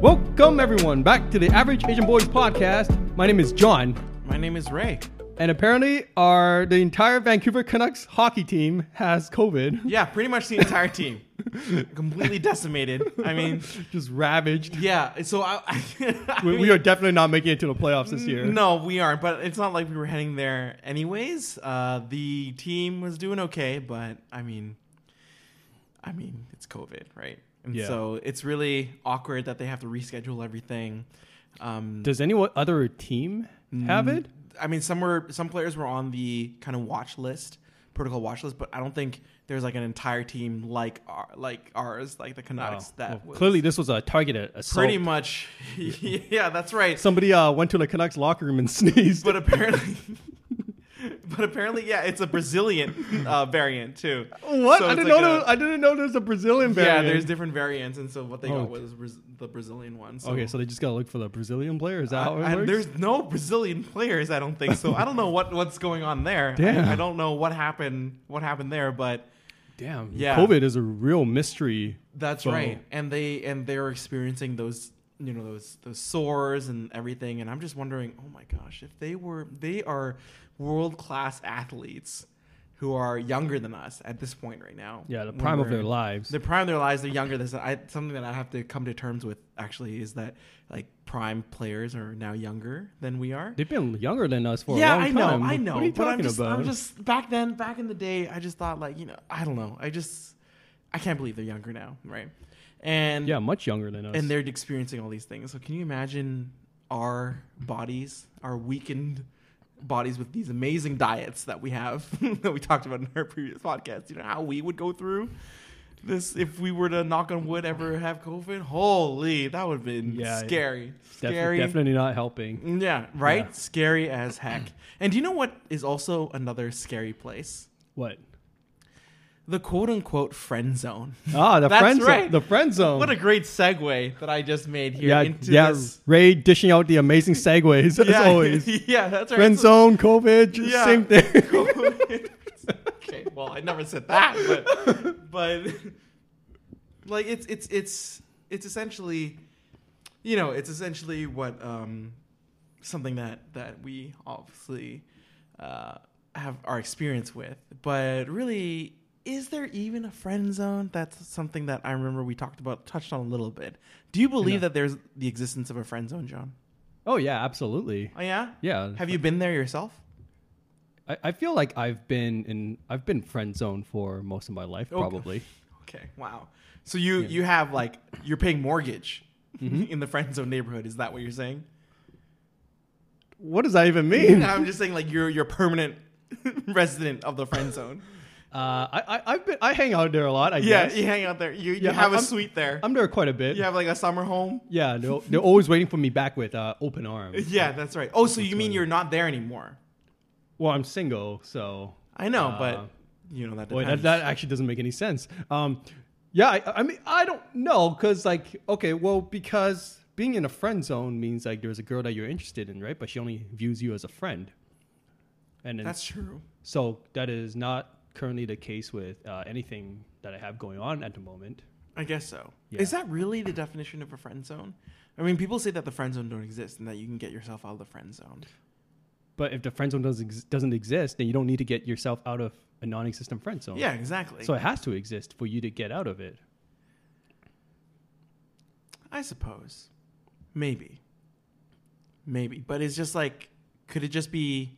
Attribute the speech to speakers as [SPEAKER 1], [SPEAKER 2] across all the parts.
[SPEAKER 1] Welcome, everyone, back to the Average Asian Boys podcast. My name is John,
[SPEAKER 2] My name is Ray.
[SPEAKER 1] and apparently, our the entire Vancouver Canucks hockey team has COVID,
[SPEAKER 2] Yeah, pretty much the entire team. Completely decimated. I mean,
[SPEAKER 1] just ravaged.
[SPEAKER 2] yeah. So I, I, I
[SPEAKER 1] We,
[SPEAKER 2] mean,
[SPEAKER 1] we are definitely not making it to the playoffs this year.
[SPEAKER 2] No, we aren't. But it's not like we were heading there anyways. Uh, the team was doing okay, but I mean, I mean, it's COVID, right? And
[SPEAKER 1] Yeah.
[SPEAKER 2] so it's really awkward that they have to reschedule everything. Um,
[SPEAKER 1] Does any other team have it?
[SPEAKER 2] I mean, some were some players were on the kind of watch list, protocol watch list, but I don't think there's like an entire team like our, like ours, like the Canucks.
[SPEAKER 1] Oh,
[SPEAKER 2] that
[SPEAKER 1] well,
[SPEAKER 2] was
[SPEAKER 1] clearly, this was a targeted assault.
[SPEAKER 2] pretty much, yeah, that's right.
[SPEAKER 1] Somebody uh, went to the Canucks locker room and sneezed.
[SPEAKER 2] but apparently, but apparently, yeah, it's a Brazilian uh, variant too.
[SPEAKER 1] what?
[SPEAKER 2] So
[SPEAKER 1] I
[SPEAKER 2] it's
[SPEAKER 1] didn't
[SPEAKER 2] like
[SPEAKER 1] know.
[SPEAKER 2] a-
[SPEAKER 1] there- I didn't know there's a Brazilian
[SPEAKER 2] yeah,
[SPEAKER 1] variant.
[SPEAKER 2] there's different variants, and so what they
[SPEAKER 1] Oh.
[SPEAKER 2] got was Braz- the Brazilian one. So.
[SPEAKER 1] okay, so they just gotta look for the Brazilian player. Is that how it
[SPEAKER 2] I- I-
[SPEAKER 1] works?
[SPEAKER 2] there's no Brazilian players, I don't think. So I don't know what, what's going on there. I-
[SPEAKER 1] Damn.
[SPEAKER 2] I don't know what happened. What happened there? But
[SPEAKER 1] Damn.
[SPEAKER 2] Yeah.
[SPEAKER 1] COVID is a real mystery.
[SPEAKER 2] That's
[SPEAKER 1] So-
[SPEAKER 2] right. And they and they're experiencing those you know those those sores and everything and I'm just wondering, oh my gosh, if they were they are world-class athletes who are younger than us at this point right now.
[SPEAKER 1] Yeah, the
[SPEAKER 2] When
[SPEAKER 1] prime of
[SPEAKER 2] we're-
[SPEAKER 1] their lives.
[SPEAKER 2] The prime of their lives, they're younger. This I, something that I have to come to terms with actually is that like prime players are now younger than we are.
[SPEAKER 1] They've been younger than us for
[SPEAKER 2] yeah,
[SPEAKER 1] a long
[SPEAKER 2] I know,
[SPEAKER 1] time.
[SPEAKER 2] I know.
[SPEAKER 1] What are you
[SPEAKER 2] but
[SPEAKER 1] talking
[SPEAKER 2] I'm just,
[SPEAKER 1] about?
[SPEAKER 2] I'm just back then, back in the day, I just thought like, you know, I don't know. I just I can't believe they're younger now, right? And
[SPEAKER 1] yeah, much younger than us.
[SPEAKER 2] and they're experiencing all these things. So can you imagine our bodies, our weakened bodies with these amazing diets that we have that we talked about in our previous podcast, you know, how we would go through this if we were to knock on wood ever have COVID? Holy, that would have been
[SPEAKER 1] Yeah,
[SPEAKER 2] scary.
[SPEAKER 1] Def-
[SPEAKER 2] Scary.
[SPEAKER 1] definitely not helping.
[SPEAKER 2] Yeah, right?
[SPEAKER 1] Yeah.
[SPEAKER 2] Scary as heck. And do you know what is also another scary place?
[SPEAKER 1] What?
[SPEAKER 2] The quote unquote friend zone.
[SPEAKER 1] Ah, the
[SPEAKER 2] That's
[SPEAKER 1] friend zone.
[SPEAKER 2] right.
[SPEAKER 1] The friend zone.
[SPEAKER 2] What a great segue that I just made here
[SPEAKER 1] yeah,
[SPEAKER 2] into
[SPEAKER 1] yeah.
[SPEAKER 2] this.
[SPEAKER 1] Ray dishing out the amazing segues as always.
[SPEAKER 2] yeah, that's right.
[SPEAKER 1] friend
[SPEAKER 2] So-
[SPEAKER 1] zone, COVID,
[SPEAKER 2] Yeah.
[SPEAKER 1] same thing.
[SPEAKER 2] okay, well, I never said that, but but like it's it's it's it's essentially you know, it's essentially what um something that that we obviously uh have our experience with, but really is there even a friend zone? That's something that I remember we talked about, touched on a little bit. Do you believe
[SPEAKER 1] Yeah.
[SPEAKER 2] that there's the existence of a friend zone, John?
[SPEAKER 1] oh yeah, absolutely.
[SPEAKER 2] Oh yeah?
[SPEAKER 1] Yeah.
[SPEAKER 2] Have you been there yourself?
[SPEAKER 1] I, I feel like I've been in I've been friend zone for most of my life
[SPEAKER 2] Oh,
[SPEAKER 1] probably.
[SPEAKER 2] Okay. Wow. So you you have like you're paying mortgage
[SPEAKER 1] Mm-hmm.
[SPEAKER 2] in the friend zone neighborhood. Is that what you're saying?
[SPEAKER 1] What does that even mean?
[SPEAKER 2] I'm just saying like you're you're a permanent resident of the friend zone.
[SPEAKER 1] Uh, I, I I've been I hang out there a lot. I
[SPEAKER 2] yeah,
[SPEAKER 1] guess
[SPEAKER 2] you hang out there. You you
[SPEAKER 1] Yeah,
[SPEAKER 2] have a
[SPEAKER 1] I'm-
[SPEAKER 2] suite there.
[SPEAKER 1] I'm there quite a bit.
[SPEAKER 2] you have like a summer home.
[SPEAKER 1] Yeah, they're, they're always waiting for me back with uh, open arms.
[SPEAKER 2] Yeah, that's right. Oh, so you mean you're not there anymore?
[SPEAKER 1] Well, I'm single, so
[SPEAKER 2] I know,
[SPEAKER 1] Uh,
[SPEAKER 2] but you know that
[SPEAKER 1] boy,
[SPEAKER 2] depends.
[SPEAKER 1] that, that actually doesn't make any sense. Um, yeah, I, I mean, I don't know, cause like, okay, well, because being in a friend zone means like there's a girl that you're interested in, right? But she only views you as a friend, and then,
[SPEAKER 2] that's true.
[SPEAKER 1] so that is not currently the case with uh, anything that I have going on at the moment.
[SPEAKER 2] I guess so.
[SPEAKER 1] Yeah.
[SPEAKER 2] Is that really the definition of a friend zone? I mean, people say that the friend zone don't exist and that you can get yourself out of the friend zone.
[SPEAKER 1] But if the friend zone doesn't ex- doesn't exist, then you don't need to get yourself out of a non-existent friend zone.
[SPEAKER 2] Yeah, exactly.
[SPEAKER 1] So it has to exist for you to get out of it.
[SPEAKER 2] I suppose. Maybe. Maybe. But it's just like, could it just be.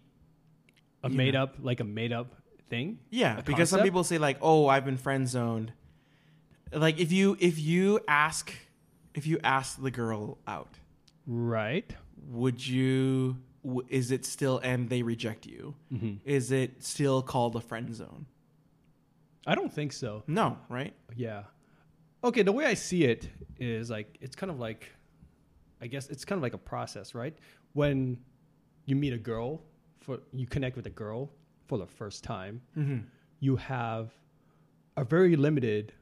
[SPEAKER 1] a
[SPEAKER 2] you
[SPEAKER 1] made
[SPEAKER 2] know.
[SPEAKER 1] up like a made up thing.
[SPEAKER 2] Yeah,
[SPEAKER 1] A
[SPEAKER 2] because some
[SPEAKER 1] concept?
[SPEAKER 2] people say, like, oh, I've been friend zoned. Like, if you if you ask if you ask the girl out,
[SPEAKER 1] Right.
[SPEAKER 2] would you w- is it still and they reject you? Is it still called a friend zone?
[SPEAKER 1] I don't think so.
[SPEAKER 2] No, right?
[SPEAKER 1] Yeah. Okay, the way I see it is like it's kind of like I guess it's kind of like a process, right? When you meet a girl for you connect with a girl for the first time,
[SPEAKER 2] Mhm.
[SPEAKER 1] you have a very limited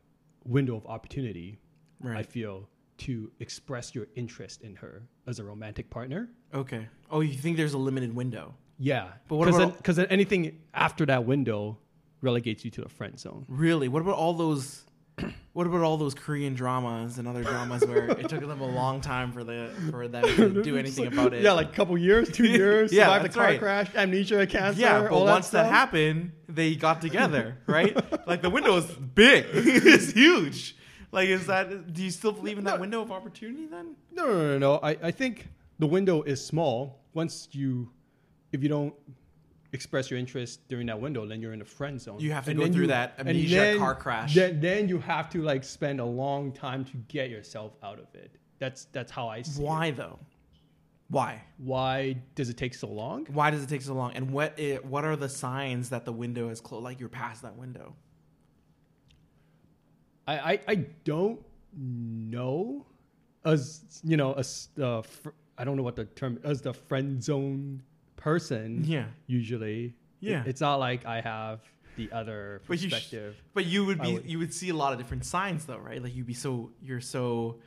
[SPEAKER 1] window of opportunity, I
[SPEAKER 2] Right.
[SPEAKER 1] feel, to express your interest in her as a romantic partner.
[SPEAKER 2] okay. Oh, you think there's a limited window?
[SPEAKER 1] Yeah.
[SPEAKER 2] But what about-
[SPEAKER 1] because anything after that window relegates you to the friend zone.
[SPEAKER 2] Really? What about all those What about all those Korean dramas and other dramas where it took them a long time for the for them to do anything about it?
[SPEAKER 1] Yeah, like a couple years, two years,
[SPEAKER 2] Yeah,
[SPEAKER 1] survive the
[SPEAKER 2] that's
[SPEAKER 1] car
[SPEAKER 2] right.
[SPEAKER 1] crash, amnesia, cancer.
[SPEAKER 2] yeah, but
[SPEAKER 1] all
[SPEAKER 2] once that,
[SPEAKER 1] that stuff.
[SPEAKER 2] happened, they got together, right? like the window is big, it's huge. Like, is that? Do you still believe in that
[SPEAKER 1] No.
[SPEAKER 2] window of opportunity? Then
[SPEAKER 1] No, no, no, no. I, I think the window is small. Once you, if you don't express your interest during that window, then you're in the friend zone.
[SPEAKER 2] You have to
[SPEAKER 1] And
[SPEAKER 2] go
[SPEAKER 1] then
[SPEAKER 2] through that
[SPEAKER 1] and
[SPEAKER 2] amnesia car crash.
[SPEAKER 1] Then, then you have to like spend a long time to get yourself out of it. That's that's how I see it.
[SPEAKER 2] why though? Why?
[SPEAKER 1] Why does it take so long?
[SPEAKER 2] Why does it take so long? And what? i what are the signs that the window is closed? Like you're past that window.
[SPEAKER 1] I, I, I don't know as you know as uh, fr- I don't know what the term as the friend zone person
[SPEAKER 2] Yeah.
[SPEAKER 1] usually
[SPEAKER 2] Yeah.
[SPEAKER 1] It- it's not like I have the other
[SPEAKER 2] But you, sh-
[SPEAKER 1] perspective
[SPEAKER 2] but you would
[SPEAKER 1] I
[SPEAKER 2] be
[SPEAKER 1] would-
[SPEAKER 2] you would see a lot of different signs though, right? Like you'd be so you're so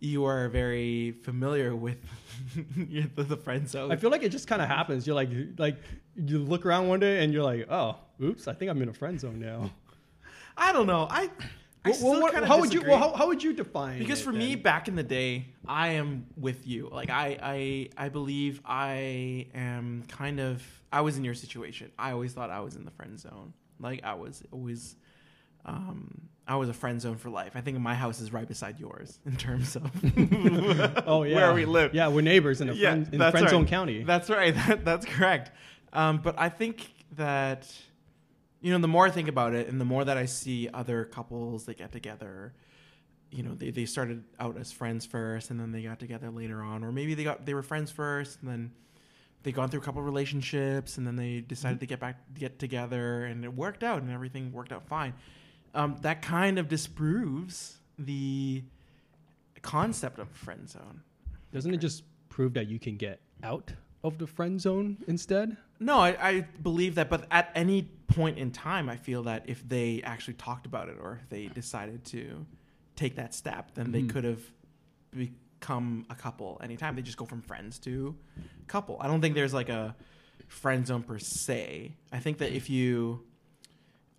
[SPEAKER 2] you are very familiar with your- the, the friend zone.
[SPEAKER 1] I feel like it just kind of happens you're like like you look around one day and you're like oh oops I think I'm in a friend zone now
[SPEAKER 2] I don't know. I, I
[SPEAKER 1] Well,
[SPEAKER 2] still
[SPEAKER 1] well,
[SPEAKER 2] kinda
[SPEAKER 1] how would you
[SPEAKER 2] disagree.
[SPEAKER 1] well, how, how would you define
[SPEAKER 2] because
[SPEAKER 1] it
[SPEAKER 2] for me
[SPEAKER 1] then?
[SPEAKER 2] back in the day, I am with you. Like I, I I believe I am kind of I was in your situation. I always thought I was in the friend zone. Like I was always um I was a friend zone for life. I think my house is right beside yours in terms of
[SPEAKER 1] oh yeah
[SPEAKER 2] where we live.
[SPEAKER 1] yeah we're neighbors in a
[SPEAKER 2] Yeah,
[SPEAKER 1] friend in
[SPEAKER 2] that's
[SPEAKER 1] friend zone
[SPEAKER 2] right.
[SPEAKER 1] county
[SPEAKER 2] That's right. That, that's correct. Um, but I think that, you know, the more I think about it and the more that I see other couples that get together, you know, they, they started out as friends first and then they got together later on, or maybe they got they were friends first and then they gone through a couple relationships and then they decided to get back get together and it worked out and everything worked out fine. Um, that kind of disproves the concept of friend zone.
[SPEAKER 1] Doesn't it just prove that you can get out of the friend zone instead?
[SPEAKER 2] No, I, I believe that, but at any point in time, I feel that if they actually talked about it or if they decided to take that step, then they
[SPEAKER 1] Mhm.
[SPEAKER 2] could have become a couple anytime. They just go from friends to couple. I don't think there's like a friend zone per se. I think that if you.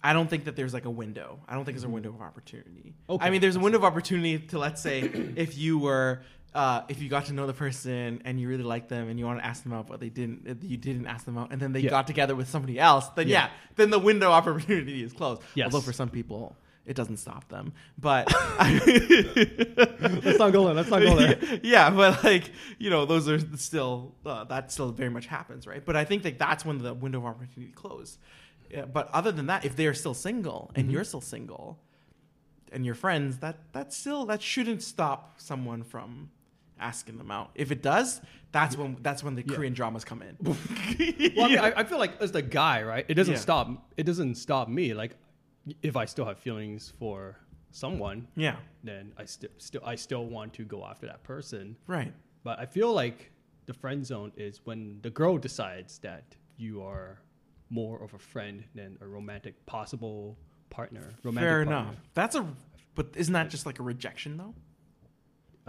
[SPEAKER 2] I don't think that there's like a window. I don't think there's a window of opportunity.
[SPEAKER 1] Okay.
[SPEAKER 2] I mean, there's a window of opportunity to let's say if you were uh, if you got to know the person and you really liked them and you want to ask them out, but they didn't, if you didn't ask them out, and then they
[SPEAKER 1] Yeah.
[SPEAKER 2] got together with somebody else, then
[SPEAKER 1] Yeah.
[SPEAKER 2] yeah, then the window of opportunity is closed.
[SPEAKER 1] Yes.
[SPEAKER 2] Although for some people, it doesn't stop them. But
[SPEAKER 1] Let's not go there. Let's not go there.
[SPEAKER 2] yeah, but like you know, those are still uh, that still very much happens, right? But I think that that's when the window of opportunity closed. Yeah, but other than that, if they are still single and
[SPEAKER 1] Mm-hmm.
[SPEAKER 2] you're still single, and your friends, that that's still that shouldn't stop someone from asking them out. If it does, that's when that's when the
[SPEAKER 1] Yeah.
[SPEAKER 2] Korean dramas come in.
[SPEAKER 1] Well, I, mean, I, I feel like as the guy, right? It doesn't
[SPEAKER 2] Yeah.
[SPEAKER 1] stop. It doesn't stop me. Like, if I still have feelings for someone,
[SPEAKER 2] yeah,
[SPEAKER 1] then I still, still, I still want to go after that person.
[SPEAKER 2] right.
[SPEAKER 1] But I feel like the friend zone is when the girl decides that you are more of a friend than a romantic possible partner. Romantic
[SPEAKER 2] Fair
[SPEAKER 1] partner.
[SPEAKER 2] enough. That's a but isn't that just like a rejection though?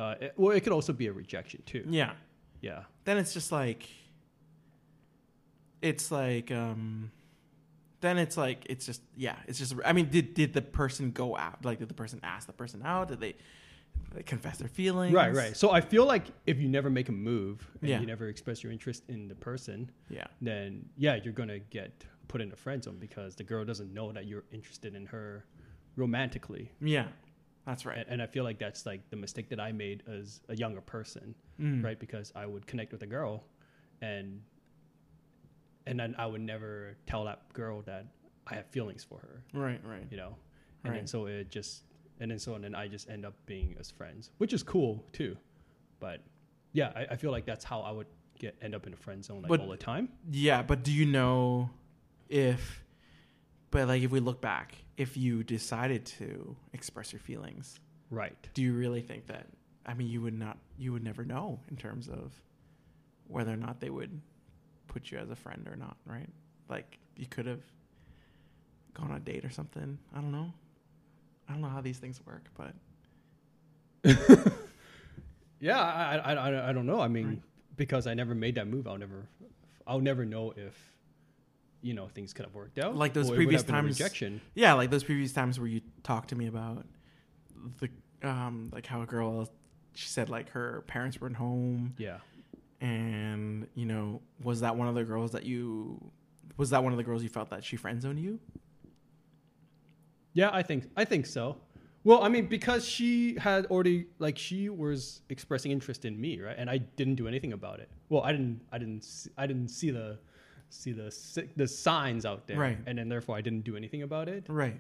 [SPEAKER 1] Uh, it- well, it could also be a rejection too.
[SPEAKER 2] Yeah.
[SPEAKER 1] Yeah.
[SPEAKER 2] Then it's just like it's like um then it's like it's just yeah, it's just I mean did did the person go out? Like did the person ask the person out? Did they, they confess their feelings?
[SPEAKER 1] Right, right. So I feel like if you never make a move and
[SPEAKER 2] Yeah.
[SPEAKER 1] you never express your interest in the person,
[SPEAKER 2] Yeah.
[SPEAKER 1] then yeah, you're gonna get put in a friend zone because the girl doesn't know that you're interested in her romantically.
[SPEAKER 2] Yeah. That's right.
[SPEAKER 1] And, and I feel like that's like the mistake that I made as a younger person,
[SPEAKER 2] Mm.
[SPEAKER 1] right? Because I would connect with a girl, and and then I would never tell that girl that I have feelings for her,
[SPEAKER 2] Right, right.
[SPEAKER 1] you know. And then
[SPEAKER 2] Right.
[SPEAKER 1] so it just and then so and then I just end up being as friends, which is cool too. But yeah, I, I feel like that's how I would get end up in a friend zone like
[SPEAKER 2] But-
[SPEAKER 1] all the time.
[SPEAKER 2] Yeah, but do you know if but like if we look back, if you decided to express your feelings,
[SPEAKER 1] Right.
[SPEAKER 2] do you really think that I mean you would not you would never know in terms of whether or not they would put you as a friend or not, right? Like you could have gone on a date or something. I don't know. I don't know how these things work, but
[SPEAKER 1] Yeah, I I, I, I don't know. I mean,
[SPEAKER 2] Right.
[SPEAKER 1] because I never made that move, I'll never I'll never know if you know things could have worked out.
[SPEAKER 2] Like those
[SPEAKER 1] or it would
[SPEAKER 2] previous
[SPEAKER 1] have been a
[SPEAKER 2] times-
[SPEAKER 1] rejection.
[SPEAKER 2] yeah, like those previous times where you talked to me about the um like how a girl she said like her parents weren't home
[SPEAKER 1] Yeah.
[SPEAKER 2] and you know was that one of the girls that you was that one of the girls you felt that she friend zoned you?
[SPEAKER 1] Yeah, I think I think so. Well, I mean, because she had already like she was expressing interest in me, right? And I didn't do anything about it. Well, I didn't, I didn't, see, I didn't see the see the si- the signs out there,
[SPEAKER 2] Right.
[SPEAKER 1] And then therefore, I didn't do anything about it.
[SPEAKER 2] Right.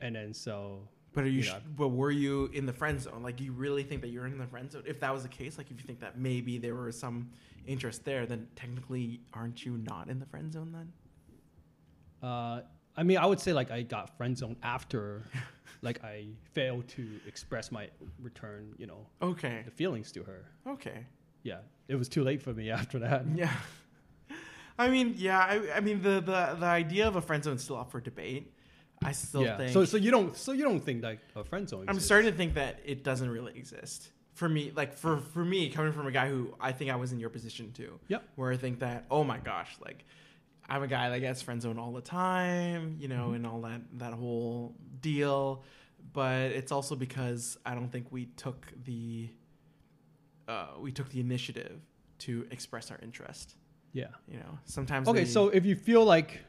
[SPEAKER 1] And then so,
[SPEAKER 2] But are you?
[SPEAKER 1] You
[SPEAKER 2] sh
[SPEAKER 1] know.
[SPEAKER 2] But were you in the friend zone? Like, do you really think that you're in the friend zone? If that was the case, like, if you think that maybe there was some interest there, then technically, aren't you not in the friend zone then?
[SPEAKER 1] uh, I mean, I would say like I got friend zoned after, like I failed to express my return, you know,
[SPEAKER 2] Okay.
[SPEAKER 1] the feelings to her.
[SPEAKER 2] Okay.
[SPEAKER 1] Yeah, it was too late for me after that.
[SPEAKER 2] Yeah. I mean, yeah. I, I mean, the, the the idea of a friend zone is still up for debate. I still
[SPEAKER 1] yeah.
[SPEAKER 2] think.
[SPEAKER 1] So, so you don't, so you don't think like a friend zone.
[SPEAKER 2] I'm
[SPEAKER 1] exists.
[SPEAKER 2] starting to think that it doesn't really exist for me. Like for for me, coming from a guy who I think I was in your position too.
[SPEAKER 1] Yep.
[SPEAKER 2] Where I think that oh my gosh, like I'm a guy that gets friend zoned all the time, you
[SPEAKER 1] Mm-hmm.
[SPEAKER 2] know, and all that that whole deal. But it's also because I don't think we took the uh, we took the initiative to express our interest.
[SPEAKER 1] Yeah.
[SPEAKER 2] You know, sometimes
[SPEAKER 1] Okay,
[SPEAKER 2] we-
[SPEAKER 1] so if you feel like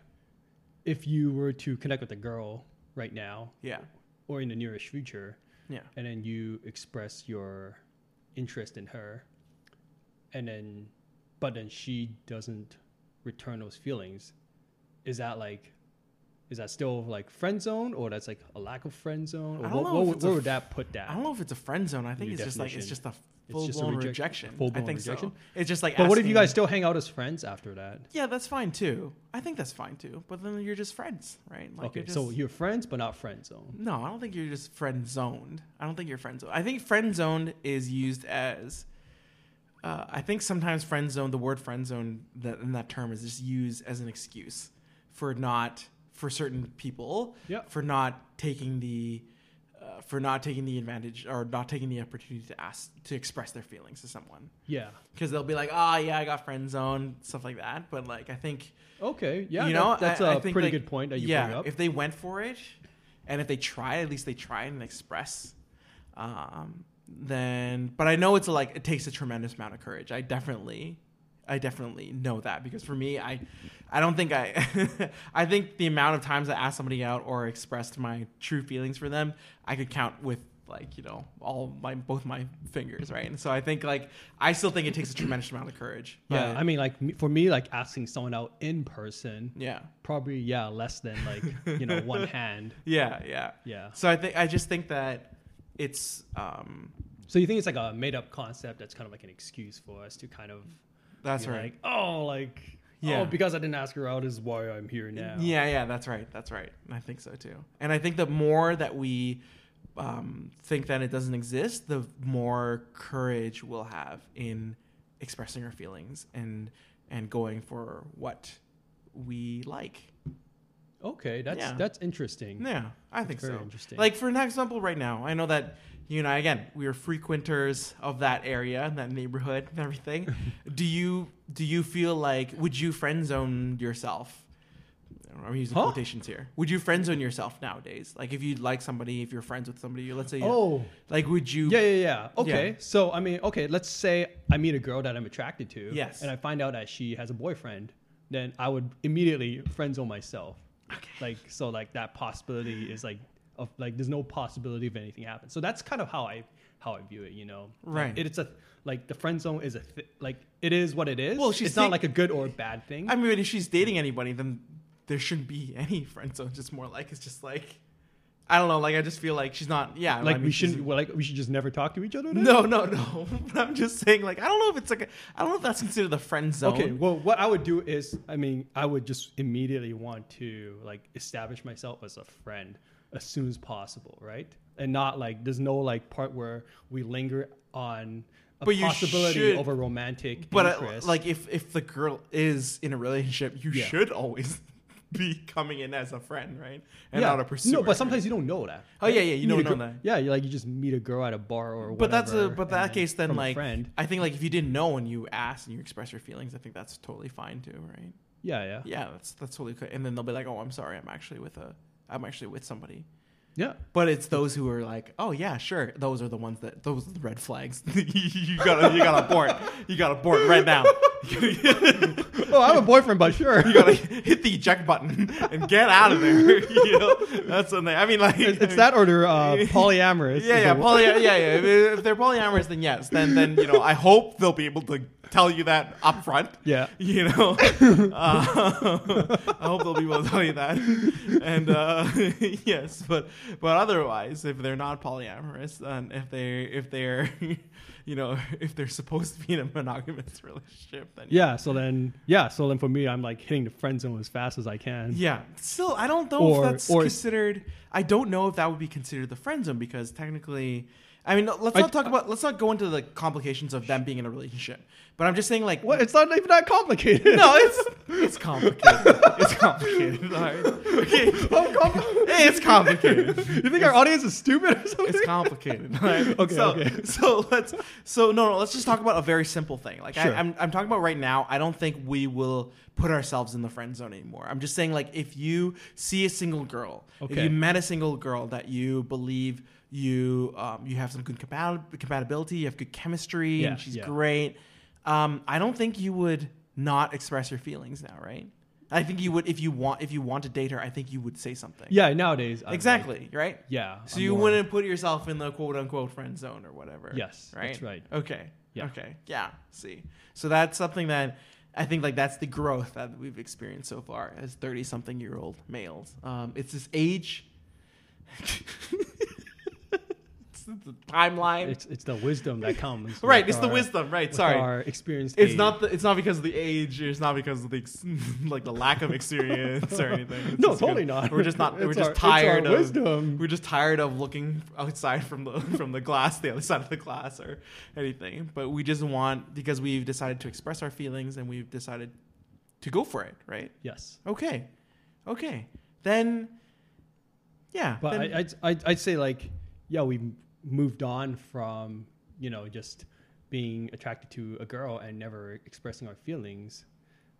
[SPEAKER 1] if you were to connect with a girl right now
[SPEAKER 2] yeah,
[SPEAKER 1] or in the nearest future,
[SPEAKER 2] yeah,
[SPEAKER 1] and then you express your interest in her, and then but then she doesn't return those feelings, is that like is that still like friend zone or that's like a lack of friend zone? Or
[SPEAKER 2] I don't
[SPEAKER 1] what,
[SPEAKER 2] know
[SPEAKER 1] what,
[SPEAKER 2] if
[SPEAKER 1] would,
[SPEAKER 2] it's a
[SPEAKER 1] where would that put
[SPEAKER 2] I
[SPEAKER 1] that?
[SPEAKER 2] don't know if it's a friend zone. I think
[SPEAKER 1] Your
[SPEAKER 2] it's just like it's
[SPEAKER 1] definition.
[SPEAKER 2] just a full
[SPEAKER 1] It's just a
[SPEAKER 2] blown
[SPEAKER 1] reject-
[SPEAKER 2] rejection.
[SPEAKER 1] full-blown
[SPEAKER 2] I think so.
[SPEAKER 1] rejection?
[SPEAKER 2] It's just like.
[SPEAKER 1] But what if you
[SPEAKER 2] asking-
[SPEAKER 1] guys still hang out as friends after that?
[SPEAKER 2] Yeah, that's fine too. I think that's fine too. But then you're just friends, right?
[SPEAKER 1] okay,
[SPEAKER 2] you're just,
[SPEAKER 1] so you're friends but not friend zone.
[SPEAKER 2] no, I don't think you're just friend zoned. I don't think you're friend zoned. I think friend zoned is used as. Uh, I think sometimes friend zone, the word friend zone, that in that term is just used as an excuse for not for certain people
[SPEAKER 1] Yep.
[SPEAKER 2] for not taking the uh, for not taking the advantage or not taking the opportunity to ask to express their feelings to someone
[SPEAKER 1] Yeah.
[SPEAKER 2] because they'll be like, oh yeah, I got friend zoned, stuff like that. But like, I think
[SPEAKER 1] Okay. Yeah.
[SPEAKER 2] you
[SPEAKER 1] that-
[SPEAKER 2] know,
[SPEAKER 1] that's
[SPEAKER 2] a
[SPEAKER 1] a pretty good point that you
[SPEAKER 2] yeah,
[SPEAKER 1] bring up.
[SPEAKER 2] If they went for it, and if they try, at least they try and express. Um, then, but I know it's like it takes a tremendous amount of courage. I definitely, I definitely know that because for me, I, I don't think I, I think the amount of times I asked somebody out or expressed my true feelings for them, I could count with like you know all my both my fingers right and so i think like i still think it takes a tremendous amount of courage
[SPEAKER 1] Yeah,
[SPEAKER 2] but-
[SPEAKER 1] I mean, like me- for me, like asking someone out in person,
[SPEAKER 2] yeah
[SPEAKER 1] probably yeah, less than like you know one hand.
[SPEAKER 2] yeah yeah
[SPEAKER 1] Yeah.
[SPEAKER 2] So I think I just think that it's um
[SPEAKER 1] So you think it's like a made up concept that's kind of like an excuse for us to kind of
[SPEAKER 2] that's
[SPEAKER 1] be
[SPEAKER 2] right.
[SPEAKER 1] like, oh, like
[SPEAKER 2] Yeah.
[SPEAKER 1] oh, because I didn't ask her out is why I'm here now.
[SPEAKER 2] Yeah, yeah, that's right. That's right. I think so too. And I think the more that we um think that it doesn't exist, the more courage we'll have in expressing our feelings and and going for what we like.
[SPEAKER 1] Okay, that's
[SPEAKER 2] Yeah.
[SPEAKER 1] that's interesting.
[SPEAKER 2] Yeah, I think
[SPEAKER 1] very
[SPEAKER 2] so.
[SPEAKER 1] interesting.
[SPEAKER 2] Like for an example, right now, I know that you and I again we are frequenters of that area, and that neighborhood, and everything. do you do you feel like would you friend zone yourself? I'm using
[SPEAKER 1] Huh?
[SPEAKER 2] quotations here. Would you friend zone yourself nowadays? Like if you like somebody, if you're friends with somebody, let's say, you-
[SPEAKER 1] Oh.
[SPEAKER 2] like would you?
[SPEAKER 1] Yeah, yeah, yeah. Okay.
[SPEAKER 2] Yeah.
[SPEAKER 1] So I mean, okay, let's say I meet a girl that I'm attracted to.
[SPEAKER 2] Yes.
[SPEAKER 1] And I find out that she has a boyfriend, then I would immediately friend zone myself.
[SPEAKER 2] Okay.
[SPEAKER 1] Like so like that possibility is like of like there's no possibility of anything happening. So that's kind of how I how I view it, you know.
[SPEAKER 2] Right.
[SPEAKER 1] It, it's a like the friend zone is a th- like it is what it is.
[SPEAKER 2] Well, she's
[SPEAKER 1] it's not
[SPEAKER 2] think-
[SPEAKER 1] like a good or a bad thing.
[SPEAKER 2] I mean, if she's dating anybody, then there shouldn't be any friend zone. Just more like it's just like I don't know. Like I just feel like she's not. Yeah, I
[SPEAKER 1] like
[SPEAKER 2] mean,
[SPEAKER 1] we
[SPEAKER 2] she's-
[SPEAKER 1] shouldn't well, like we should just never talk to each other. Then?
[SPEAKER 2] No, no, no. But I'm just saying, like, I don't know if it's like, a, I don't know if that's considered the friend zone.
[SPEAKER 1] Okay, well, what I would do is, I mean, I would just immediately want to like establish myself as a friend as soon as possible, right? And not like there's no like part where we linger on a
[SPEAKER 2] But you
[SPEAKER 1] possibility
[SPEAKER 2] should-
[SPEAKER 1] of a romantic
[SPEAKER 2] but uh,
[SPEAKER 1] interest.
[SPEAKER 2] like, if if the girl is in a relationship, you
[SPEAKER 1] Yeah.
[SPEAKER 2] should always be coming in as a friend, right? And
[SPEAKER 1] Yeah.
[SPEAKER 2] not a pursuer.
[SPEAKER 1] No, but sometimes you don't know that.
[SPEAKER 2] Oh, yeah, yeah, you
[SPEAKER 1] meet
[SPEAKER 2] don't
[SPEAKER 1] a
[SPEAKER 2] know
[SPEAKER 1] gir-
[SPEAKER 2] that.
[SPEAKER 1] Yeah, you like you just meet a girl at a bar or.
[SPEAKER 2] But that's a
[SPEAKER 1] whatever,
[SPEAKER 2] but
[SPEAKER 1] and
[SPEAKER 2] that case then
[SPEAKER 1] from a
[SPEAKER 2] like
[SPEAKER 1] friend.
[SPEAKER 2] I think like if you didn't know and you asked and you express your feelings I think that's totally fine too right
[SPEAKER 1] Yeah, yeah,
[SPEAKER 2] yeah that's that's totally okay and then they'll be like oh I'm sorry I'm actually with a I'm actually with somebody
[SPEAKER 1] Yeah.
[SPEAKER 2] But it's those who are like, oh yeah, sure. Those are the ones that those are the red flags. you gotta you gotta abort. You gotta abort right now.
[SPEAKER 1] Oh, I'm a boyfriend, but sure.
[SPEAKER 2] you gotta hit the eject button and get out of there. you know, that's something. I mean, like
[SPEAKER 1] it's that order uh, polyamorous.
[SPEAKER 2] Yeah,
[SPEAKER 1] is
[SPEAKER 2] yeah,
[SPEAKER 1] the-
[SPEAKER 2] poly- yeah, yeah. If, if they're polyamorous, then yes. Then, then you know, I hope they'll be able to tell you that up front.
[SPEAKER 1] Yeah.
[SPEAKER 2] You know, uh, I hope they'll be able to tell you that. And uh, yes, but but otherwise, if they're not polyamorous, and if they if they're you know if they're supposed to be in a monogamous relationship, then
[SPEAKER 1] Yeah, so then yeah, so then for me, I'm like hitting the friend zone as fast as I can.
[SPEAKER 2] Yeah. Still, I don't know
[SPEAKER 1] Or-
[SPEAKER 2] if that's
[SPEAKER 1] or-
[SPEAKER 2] considered. I don't know if that would be considered the friend zone because technically, I mean, let's
[SPEAKER 1] I-
[SPEAKER 2] not talk about. Let's not go into the complications of them being in a relationship. But I'm just saying, like,
[SPEAKER 1] What? It's not even that complicated.
[SPEAKER 2] No, it's it's complicated. It's complicated. All right. Okay.
[SPEAKER 1] How compli-
[SPEAKER 2] Hey, it's complicated.
[SPEAKER 1] you think our audience is stupid or something?
[SPEAKER 2] It's complicated. all right?
[SPEAKER 1] Okay,
[SPEAKER 2] So,
[SPEAKER 1] okay.
[SPEAKER 2] so let's. So no, no. Let's just talk about a very simple thing. Like
[SPEAKER 1] Sure.
[SPEAKER 2] I, I'm, I'm talking about right now. I don't think we will put ourselves in the friend zone anymore. I'm just saying, like, if you see a single girl, if
[SPEAKER 1] Okay.
[SPEAKER 2] you met a single girl that you believe you um, you have some good compat- compatibility, you have good chemistry,
[SPEAKER 1] Yeah,
[SPEAKER 2] and she's
[SPEAKER 1] yeah.
[SPEAKER 2] great. Um, I don't think you would not express your feelings now, right? I think you would if you want if you want to date her. I think you would say something.
[SPEAKER 1] yeah, nowadays. I'm like-
[SPEAKER 2] Exactly. Right.
[SPEAKER 1] yeah.
[SPEAKER 2] So
[SPEAKER 1] I'm
[SPEAKER 2] you
[SPEAKER 1] more-
[SPEAKER 2] wouldn't put yourself in the quote unquote friend zone or whatever.
[SPEAKER 1] Yes,
[SPEAKER 2] Right.
[SPEAKER 1] that's right.
[SPEAKER 2] Okay.
[SPEAKER 1] Yeah.
[SPEAKER 2] Okay. Yeah. See. So that's something that I think like that's the growth that we've experienced so far as thirty something year old males. Um, it's this age. it's the timeline.
[SPEAKER 1] It's it's the wisdom that comes. with
[SPEAKER 2] right. It's the
[SPEAKER 1] our-
[SPEAKER 2] wisdom. Right.
[SPEAKER 1] with
[SPEAKER 2] Sorry.
[SPEAKER 1] Our experienced.
[SPEAKER 2] It's
[SPEAKER 1] age.
[SPEAKER 2] not the, it's not because of the age. It's not because of the ex- like the lack of experience or anything. It's
[SPEAKER 1] No,
[SPEAKER 2] just
[SPEAKER 1] totally
[SPEAKER 2] because
[SPEAKER 1] not.
[SPEAKER 2] We're just not.
[SPEAKER 1] It's
[SPEAKER 2] we're
[SPEAKER 1] our-
[SPEAKER 2] just
[SPEAKER 1] it's our
[SPEAKER 2] tired of
[SPEAKER 1] wisdom.
[SPEAKER 2] We're just tired of looking outside from the from the glass, the other side of the glass, or anything. But we just want because we've decided to express our feelings and we've decided to go for it. Right?
[SPEAKER 1] Yes.
[SPEAKER 2] Okay. Okay. Then. Yeah.
[SPEAKER 1] But
[SPEAKER 2] then-
[SPEAKER 1] I, I'd, I'd, I'd say like, yeah, we moved on from you know just being attracted to a girl and never expressing our feelings,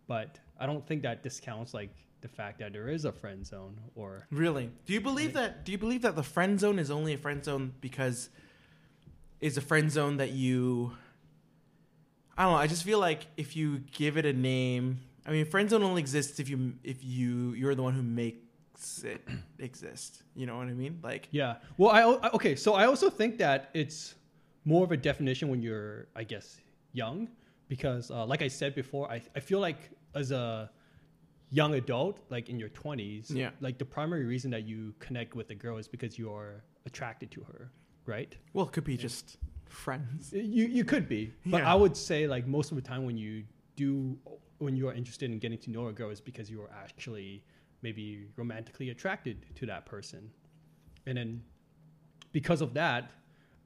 [SPEAKER 1] but I don't think that discounts like the fact that there is a friend zone or
[SPEAKER 2] Really? Do you believe that? Do you believe that the friend zone is only a friend zone because is a friend zone that you? I don't know. I just feel like if you give it a name, I mean, friend zone only exists if you if you you're the one who makes it exist. You know what I mean? Like,
[SPEAKER 1] yeah. Well, I al- I- okay. So I also think that it's more of a definition when you're, I guess, young, because uh, like I said before, I I feel like as a young adult, like in your twenties,
[SPEAKER 2] Yeah.
[SPEAKER 1] like the primary reason that you connect with a girl is because you are attracted to her, right?
[SPEAKER 2] well, it could be just friends.
[SPEAKER 1] You you could be, but
[SPEAKER 2] Yeah.
[SPEAKER 1] I would say like most of the time when you do when you are interested in getting to know a girl is because you are actually maybe romantically attracted to that person, and then because of that,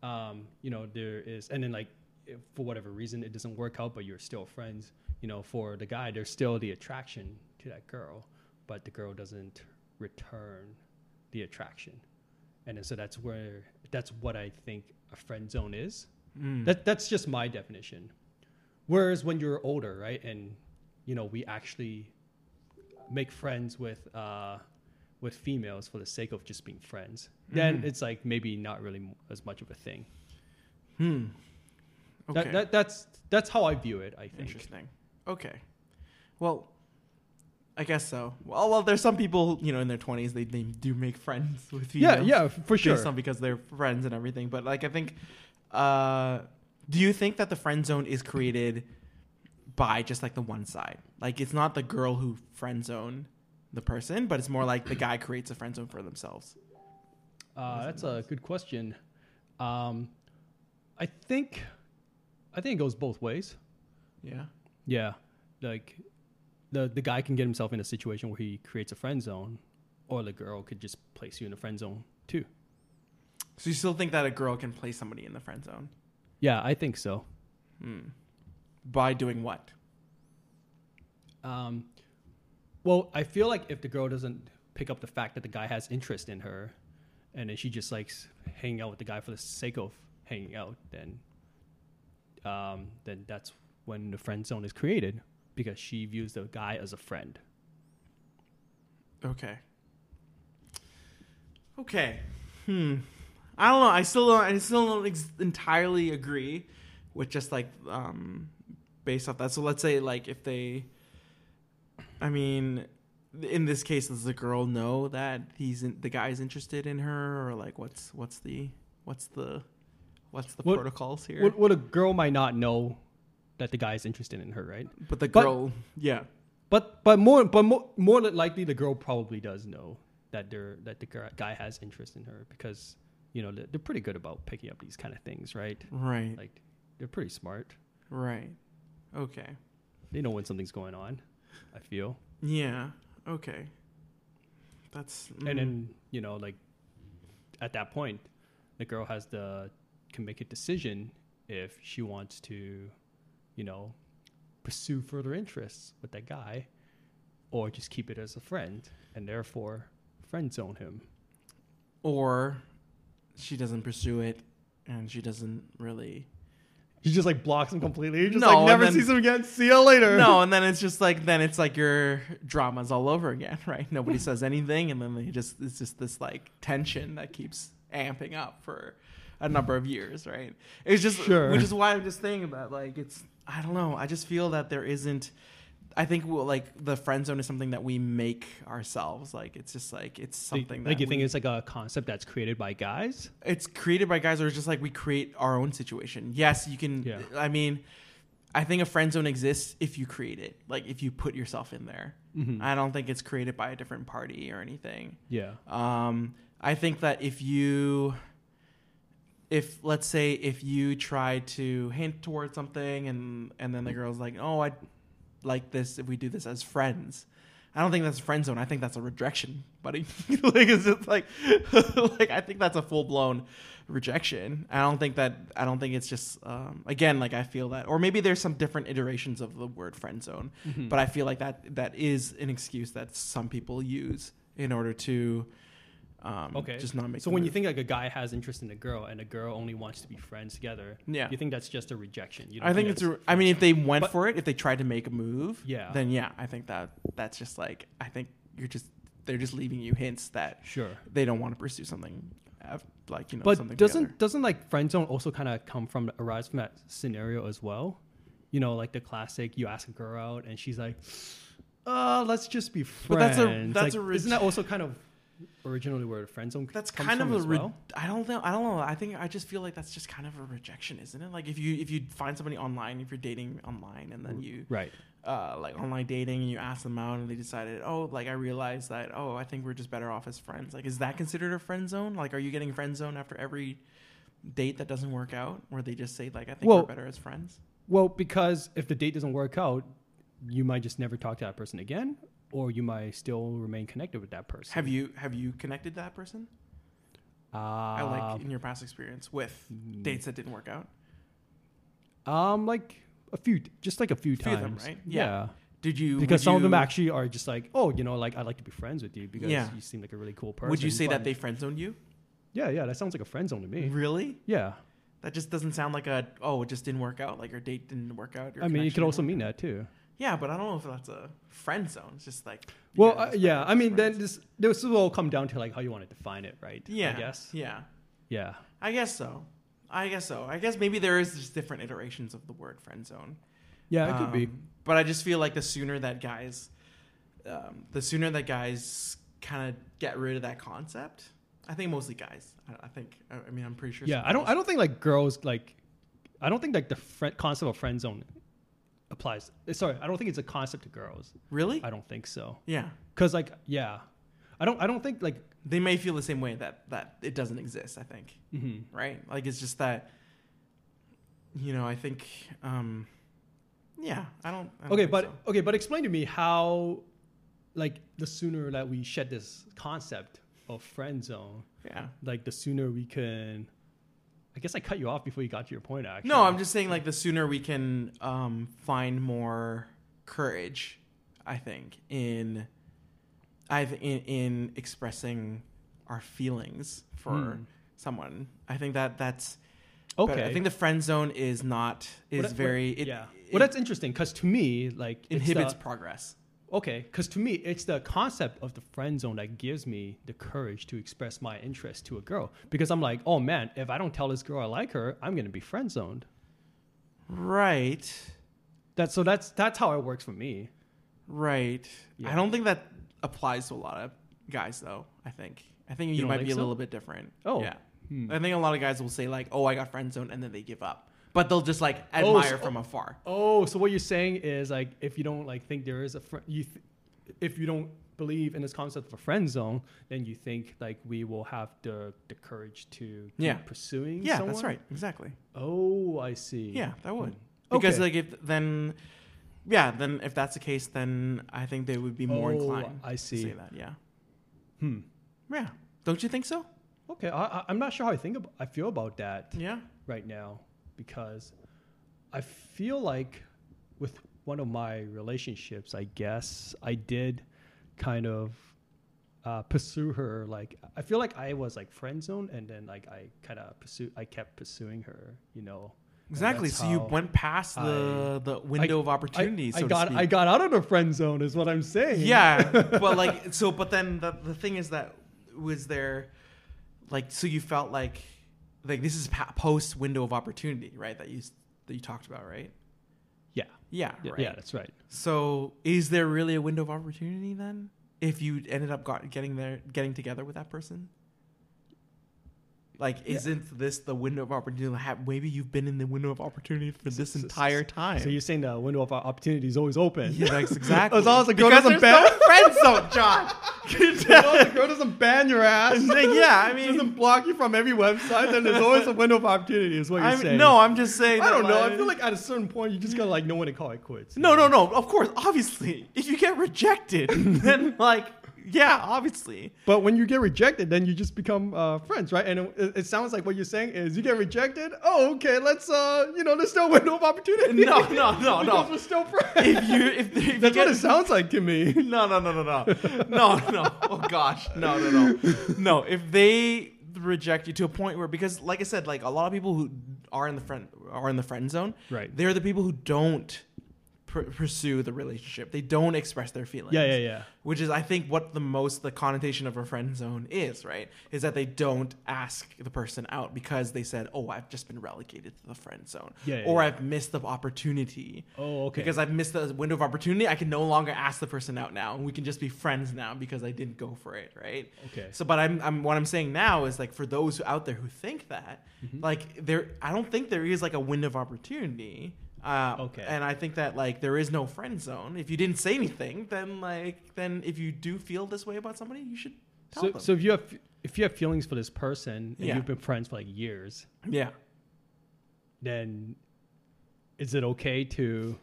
[SPEAKER 1] um, you know there is and then like if for whatever reason it doesn't work out, but you're still friends. You know, for the guy, there's still the attraction to that girl, but the girl doesn't return the attraction, and then, so that's where that's what I think a friend zone is.
[SPEAKER 2] Hmm.
[SPEAKER 1] That that's just my definition. Whereas when you're older, right, and you know, we actually make friends with uh, with females for the sake of just being friends. Then it's like maybe not really m- as much of a thing.
[SPEAKER 2] Hmm. Okay.
[SPEAKER 1] That, that that's that's how I view it. I think.
[SPEAKER 2] Interesting. Okay. Well, I guess so. Well, well, there's some people you know in their 20s they, they do make friends with you.
[SPEAKER 1] Yeah, yeah, f- for sure.
[SPEAKER 2] Based on because they're friends and everything. But like, I think, uh, do you think that the friend zone is created by just like the one side? Like, it's not the girl who friend zone the person, but it's more like the guy creates a friend zone for themselves.
[SPEAKER 1] Uh, that's a good question. Um, I think I think it goes both ways.
[SPEAKER 2] Yeah.
[SPEAKER 1] Yeah, like the the guy can get himself in a situation where he creates a friend zone, or the girl could just place you in a friend zone too.
[SPEAKER 2] So you still think that a girl can play somebody in the friend zone Hmm.
[SPEAKER 1] Yeah, I think so.
[SPEAKER 2] by doing what?
[SPEAKER 1] Um, well, I feel like if the girl doesn't pick up the fact that the guy has interest in her, and then she just likes hanging out with the guy for the sake of hanging out, then um, then that's when the friend zone is created because she views the guy as a friend.
[SPEAKER 2] Okay. Okay. hmm. I don't know. I still don't. I still don't ex- entirely agree with just like um, based off that. So let's say like if they, I mean, in this case, does the girl know that he's in, the guy's interested in her, or like what's what's the what's the what's the
[SPEAKER 1] What-
[SPEAKER 2] protocols here?
[SPEAKER 1] What, what a girl might not know that the guy is interested in her, right?
[SPEAKER 2] but the
[SPEAKER 1] but-
[SPEAKER 2] girl, yeah,
[SPEAKER 1] But but more but more, more than likely the girl probably does know that they're that the gu- guy has interest in her because you know they're, they're pretty good about picking up these kind of things, right?
[SPEAKER 2] right,
[SPEAKER 1] Like they're pretty smart.
[SPEAKER 2] right, okay,
[SPEAKER 1] They know when something's going on. I feel,
[SPEAKER 2] yeah, okay. That's
[SPEAKER 1] and
[SPEAKER 2] mm.
[SPEAKER 1] then you know like at that point, the girl has the can make a decision if she wants to, you know, pursue further interests with that guy, or just keep it as a friend and therefore friend zone him.
[SPEAKER 2] or she doesn't pursue it and she doesn't really
[SPEAKER 1] He just like blocks him completely. He just
[SPEAKER 2] No,
[SPEAKER 1] like never
[SPEAKER 2] and then-
[SPEAKER 1] sees him again. See you later.
[SPEAKER 2] no and then it's just like then it's like your dramas all over again right nobody says anything and then they just it's just this like tension that keeps amping up for a number of years right it's just
[SPEAKER 1] Sure.
[SPEAKER 2] which is why i'm just thinking about like it's i don't know i just feel that there isn't I think we'll, like the friend zone is something that we make ourselves. Like it's just like it's something
[SPEAKER 1] like
[SPEAKER 2] that
[SPEAKER 1] you
[SPEAKER 2] we-
[SPEAKER 1] think it's like a concept that's created by guys.
[SPEAKER 2] it's created by guys who are just like we create our own situation. Yes, you can.
[SPEAKER 1] Yeah.
[SPEAKER 2] I mean, I think a friend zone exists if you create it, like if you put yourself in there.
[SPEAKER 1] Hmm.
[SPEAKER 2] I don't think it's created by a different party or anything.
[SPEAKER 1] Yeah.
[SPEAKER 2] Um, I think that if you, if let's say if you try to hint towards something and and then the girl's like, oh, I like this if we do this as friends. I don't think that's a friend zone. I think that's a rejection, buddy. like it's just like, like I think that's a full blown rejection. I don't think that. I don't think it's just um, again like I feel that, or maybe there's some different iterations of the word friend zone. But
[SPEAKER 1] Hmm.
[SPEAKER 2] I feel like that that is an excuse that some people use in order to um,
[SPEAKER 1] Okay.
[SPEAKER 2] just not make.
[SPEAKER 1] so
[SPEAKER 2] the
[SPEAKER 1] when you
[SPEAKER 2] move.
[SPEAKER 1] think like a guy has interest in a girl and a girl only wants to be friends together,
[SPEAKER 2] Yeah.
[SPEAKER 1] you think that's just a rejection. You don't
[SPEAKER 2] I think it's.
[SPEAKER 1] that's-
[SPEAKER 2] A, I mean, if they went
[SPEAKER 1] But-
[SPEAKER 2] for it, if they tried to make a move,
[SPEAKER 1] Yeah.
[SPEAKER 2] then yeah, I think that that's just like I think you're just they're just leaving you hints that
[SPEAKER 1] sure.
[SPEAKER 2] they don't want to pursue something uh, like you know something
[SPEAKER 1] But doesn't
[SPEAKER 2] together.
[SPEAKER 1] doesn't like friend zone also kind of come from arise from that scenario as well? You know, like the classic you ask a girl out and she's like, "Uh, let's just be friends."
[SPEAKER 2] But that's a- that's
[SPEAKER 1] Like,
[SPEAKER 2] a
[SPEAKER 1] isn't that also kind of originally where the friend zone
[SPEAKER 2] that's
[SPEAKER 1] comes
[SPEAKER 2] kind of
[SPEAKER 1] from
[SPEAKER 2] a
[SPEAKER 1] as
[SPEAKER 2] re-
[SPEAKER 1] well?
[SPEAKER 2] I don't know I don't know I think I just feel like that's just kind of a rejection isn't it like if you if you find somebody online if you're dating online and then you
[SPEAKER 1] right.
[SPEAKER 2] uh, like online dating and you ask them out and they decided oh like I realized that oh I think we're just better off as friends like is that considered a friend zone like are you getting friend zone after every date that doesn't work out where they just say like I think we're
[SPEAKER 1] Well-
[SPEAKER 2] better as friends
[SPEAKER 1] Well, because if the date doesn't work out, you might just never talk to that person again, or you might still remain connected with that person.
[SPEAKER 2] have you have you connected to that person
[SPEAKER 1] Uh, mm.
[SPEAKER 2] I like in your past experience with dates that didn't work out
[SPEAKER 1] um, like a few, just like a few,
[SPEAKER 2] Few
[SPEAKER 1] times,
[SPEAKER 2] of them, right?
[SPEAKER 1] Yeah,
[SPEAKER 2] Yeah. Did you
[SPEAKER 1] because
[SPEAKER 2] would
[SPEAKER 1] some of them
[SPEAKER 2] you-
[SPEAKER 1] actually are just like, oh, you know, like I'd like to be friends with you because
[SPEAKER 2] Yeah.
[SPEAKER 1] you seem like a really cool person.
[SPEAKER 2] would you say that
[SPEAKER 1] but-
[SPEAKER 2] they friend zoned you?
[SPEAKER 1] Yeah, yeah, that sounds like a friend zone to me.
[SPEAKER 2] Really?
[SPEAKER 1] Yeah,
[SPEAKER 2] That just doesn't sound like a oh, it just didn't work out. Like your date didn't work out. your
[SPEAKER 1] I mean, it
[SPEAKER 2] connection
[SPEAKER 1] could also
[SPEAKER 2] didn't
[SPEAKER 1] mean
[SPEAKER 2] work
[SPEAKER 1] that too.
[SPEAKER 2] out. Yeah, but I don't know if that's a friend zone. It's just like you
[SPEAKER 1] Well,
[SPEAKER 2] guys
[SPEAKER 1] uh,
[SPEAKER 2] just
[SPEAKER 1] yeah,
[SPEAKER 2] friends
[SPEAKER 1] I mean,
[SPEAKER 2] as
[SPEAKER 1] then
[SPEAKER 2] friends.
[SPEAKER 1] this this will all come down to like how you want to define it, right?
[SPEAKER 2] yeah,
[SPEAKER 1] I guess.
[SPEAKER 2] yeah,
[SPEAKER 1] Yeah.
[SPEAKER 2] I guess so. I guess so. I guess maybe there is just different iterations of the word friend zone.
[SPEAKER 1] Yeah, it could be.
[SPEAKER 2] Um, But I just feel like the sooner that guys, um, the sooner that guys kind of get rid of that concept. I think mostly guys. I, I think. I, I mean, I'm pretty sure.
[SPEAKER 1] yeah
[SPEAKER 2] some
[SPEAKER 1] i don't
[SPEAKER 2] guys-
[SPEAKER 1] i don't think like girls like i don't think like the fri concept of friend zone applies Eh, sorry i don't think it's a concept to girls
[SPEAKER 2] really.
[SPEAKER 1] i don't think so
[SPEAKER 2] yeah.
[SPEAKER 1] because like yeah i don't i don't think like
[SPEAKER 2] they may feel the same way that that it doesn't exist i think
[SPEAKER 1] mhm.
[SPEAKER 2] right like it's just that you know i think um yeah i don't, I don't
[SPEAKER 1] okay
[SPEAKER 2] think
[SPEAKER 1] but
[SPEAKER 2] so.
[SPEAKER 1] okay but explain to me how like the sooner that we shed this concept of friend zone
[SPEAKER 2] yeah
[SPEAKER 1] like the sooner we can i guess i cut you off before you got to your point actually
[SPEAKER 2] no i'm just saying like the sooner we can um find more courage i think in i've in, in expressing our feelings for
[SPEAKER 1] Hmm.
[SPEAKER 2] someone i think that that's
[SPEAKER 1] okay
[SPEAKER 2] better. i think the friend zone is not is
[SPEAKER 1] Well, that-
[SPEAKER 2] very it,
[SPEAKER 1] yeah
[SPEAKER 2] it uh,
[SPEAKER 1] well that's interesting because to me like it's
[SPEAKER 2] inhibits
[SPEAKER 1] the-
[SPEAKER 2] progress
[SPEAKER 1] okay, because to me, it's the concept of the friend zone that gives me the courage to express my interest to a girl. Because I'm like, oh man, if I don't tell this girl I like her, I'm gonna be friend zoned.
[SPEAKER 2] Right.
[SPEAKER 1] That's so that's that's how it works for me.
[SPEAKER 2] Right.
[SPEAKER 1] Yeah.
[SPEAKER 2] I don't think that applies to a lot of guys, though. I think. I think you,
[SPEAKER 1] don't
[SPEAKER 2] might
[SPEAKER 1] think
[SPEAKER 2] be a
[SPEAKER 1] so?
[SPEAKER 2] little bit different.
[SPEAKER 1] Oh.
[SPEAKER 2] Yeah.
[SPEAKER 1] Hmm.
[SPEAKER 2] I think a lot of guys will say like, "Oh, I got friend zoned," and then they give up. But they'll just like
[SPEAKER 1] Oh,
[SPEAKER 2] admire
[SPEAKER 1] so-
[SPEAKER 2] from afar.
[SPEAKER 1] Oh, so what you're saying is like if you don't like think there is a friend, you th- if you don't believe in this concept of a friend zone, then you think like we will have the the courage to keep
[SPEAKER 2] Yeah.
[SPEAKER 1] pursuing.
[SPEAKER 2] Yeah,
[SPEAKER 1] someone?
[SPEAKER 2] that's right. Exactly.
[SPEAKER 1] Oh, I see.
[SPEAKER 2] Yeah, that would.
[SPEAKER 1] Okay.
[SPEAKER 2] Because like if then yeah, then if that's the case, then I think they would be more
[SPEAKER 1] Oh,
[SPEAKER 2] inclined
[SPEAKER 1] I see.
[SPEAKER 2] to say that. Yeah.
[SPEAKER 1] Hmm.
[SPEAKER 2] Yeah. Don't you think so?
[SPEAKER 1] Okay, I, I, I'm not sure how I think about, I feel about that
[SPEAKER 2] Yeah.
[SPEAKER 1] right now because I feel like with one of my relationships, I guess I did kind of uh, pursue her. Like I feel like I was like friend zoned, and then like I kind of pursue, I kept pursuing her. You know, and
[SPEAKER 2] Exactly.
[SPEAKER 1] that's
[SPEAKER 2] So you
[SPEAKER 1] how
[SPEAKER 2] went past the the window of opportunity,
[SPEAKER 1] I,
[SPEAKER 2] so
[SPEAKER 1] I got
[SPEAKER 2] to speak.
[SPEAKER 1] I got out of the friend zone, is what I'm saying.
[SPEAKER 2] yeah, but like so. But then the the thing is that was there, like so you felt like like this is pa- post window of opportunity, right? That you s- that you talked about, right?
[SPEAKER 1] yeah,
[SPEAKER 2] Yeah.
[SPEAKER 1] yeah,
[SPEAKER 2] Right.
[SPEAKER 1] yeah. That's right.
[SPEAKER 2] So is there really a window of opportunity then? If you ended up got, getting there, getting together with that person, like
[SPEAKER 1] Yeah.
[SPEAKER 2] isn't this the window of opportunity? Ha- Maybe you've been in the window of opportunity for this entire time.
[SPEAKER 1] So you're saying the window of opportunity is always open.
[SPEAKER 2] Yeah, that's exactly.
[SPEAKER 1] As long as the girl
[SPEAKER 2] Because
[SPEAKER 1] doesn't
[SPEAKER 2] there's
[SPEAKER 1] ban-
[SPEAKER 2] no friend zone, John.
[SPEAKER 1] as long as the girl doesn't ban your ass.
[SPEAKER 2] Like, yeah, I
[SPEAKER 1] It
[SPEAKER 2] mean,
[SPEAKER 1] doesn't block you from every website, then there's always a window of opportunity, is what you're
[SPEAKER 2] I'm,
[SPEAKER 1] saying.
[SPEAKER 2] no, I'm just saying.
[SPEAKER 1] I
[SPEAKER 2] that,
[SPEAKER 1] don't know. I feel like at a certain point, you just gotta like know when to call it quits.
[SPEAKER 2] no, no, no. Of course, obviously, if you get rejected, then like, yeah, obviously.
[SPEAKER 1] But when you get rejected, then you just become uh, friends, right? And it, it sounds like what you're saying is you get rejected. Oh, okay. Let's, uh, you know, there's still a window of opportunity.
[SPEAKER 2] No, no, no,
[SPEAKER 1] Because we're
[SPEAKER 2] no.
[SPEAKER 1] still friends.
[SPEAKER 2] If you, if, if you
[SPEAKER 1] That's
[SPEAKER 2] get,
[SPEAKER 1] what it sounds like to me.
[SPEAKER 2] no, no, no, no, no, no, no. Oh gosh, no, no, no, no. If they reject you to a point where, because like I said, like a lot of people who are in the friend are in the friend zone,
[SPEAKER 1] Right.
[SPEAKER 2] They're the people who don't pr- pursue the relationship. They don't express their feelings.
[SPEAKER 1] Yeah, yeah, yeah.
[SPEAKER 2] Which is, I think, what the most the connotation of a friend zone is, right? Is that they don't ask the person out because they said, "Oh, I've just been relegated to the friend zone,"
[SPEAKER 1] Yeah, yeah,
[SPEAKER 2] or
[SPEAKER 1] yeah.
[SPEAKER 2] "I've missed the opportunity."
[SPEAKER 1] Oh, okay.
[SPEAKER 2] because I've missed the window of opportunity. I can no longer ask the person out now. We can just be friends now because I didn't go for it, right?
[SPEAKER 1] Okay.
[SPEAKER 2] So, but I'm, I'm what I'm saying now is like for those out there who think that,
[SPEAKER 1] Mm-hmm.
[SPEAKER 2] like there, I don't think there is like a window of opportunity. Uh,
[SPEAKER 1] Okay.
[SPEAKER 2] And I think that like there is no friend zone. If you didn't say anything, then like then if you do feel this way about somebody, you should tell
[SPEAKER 1] So,
[SPEAKER 2] them.
[SPEAKER 1] so if you have if you have feelings for this person and
[SPEAKER 2] Yeah.
[SPEAKER 1] you've been friends for like years,
[SPEAKER 2] yeah.
[SPEAKER 1] then is it okay to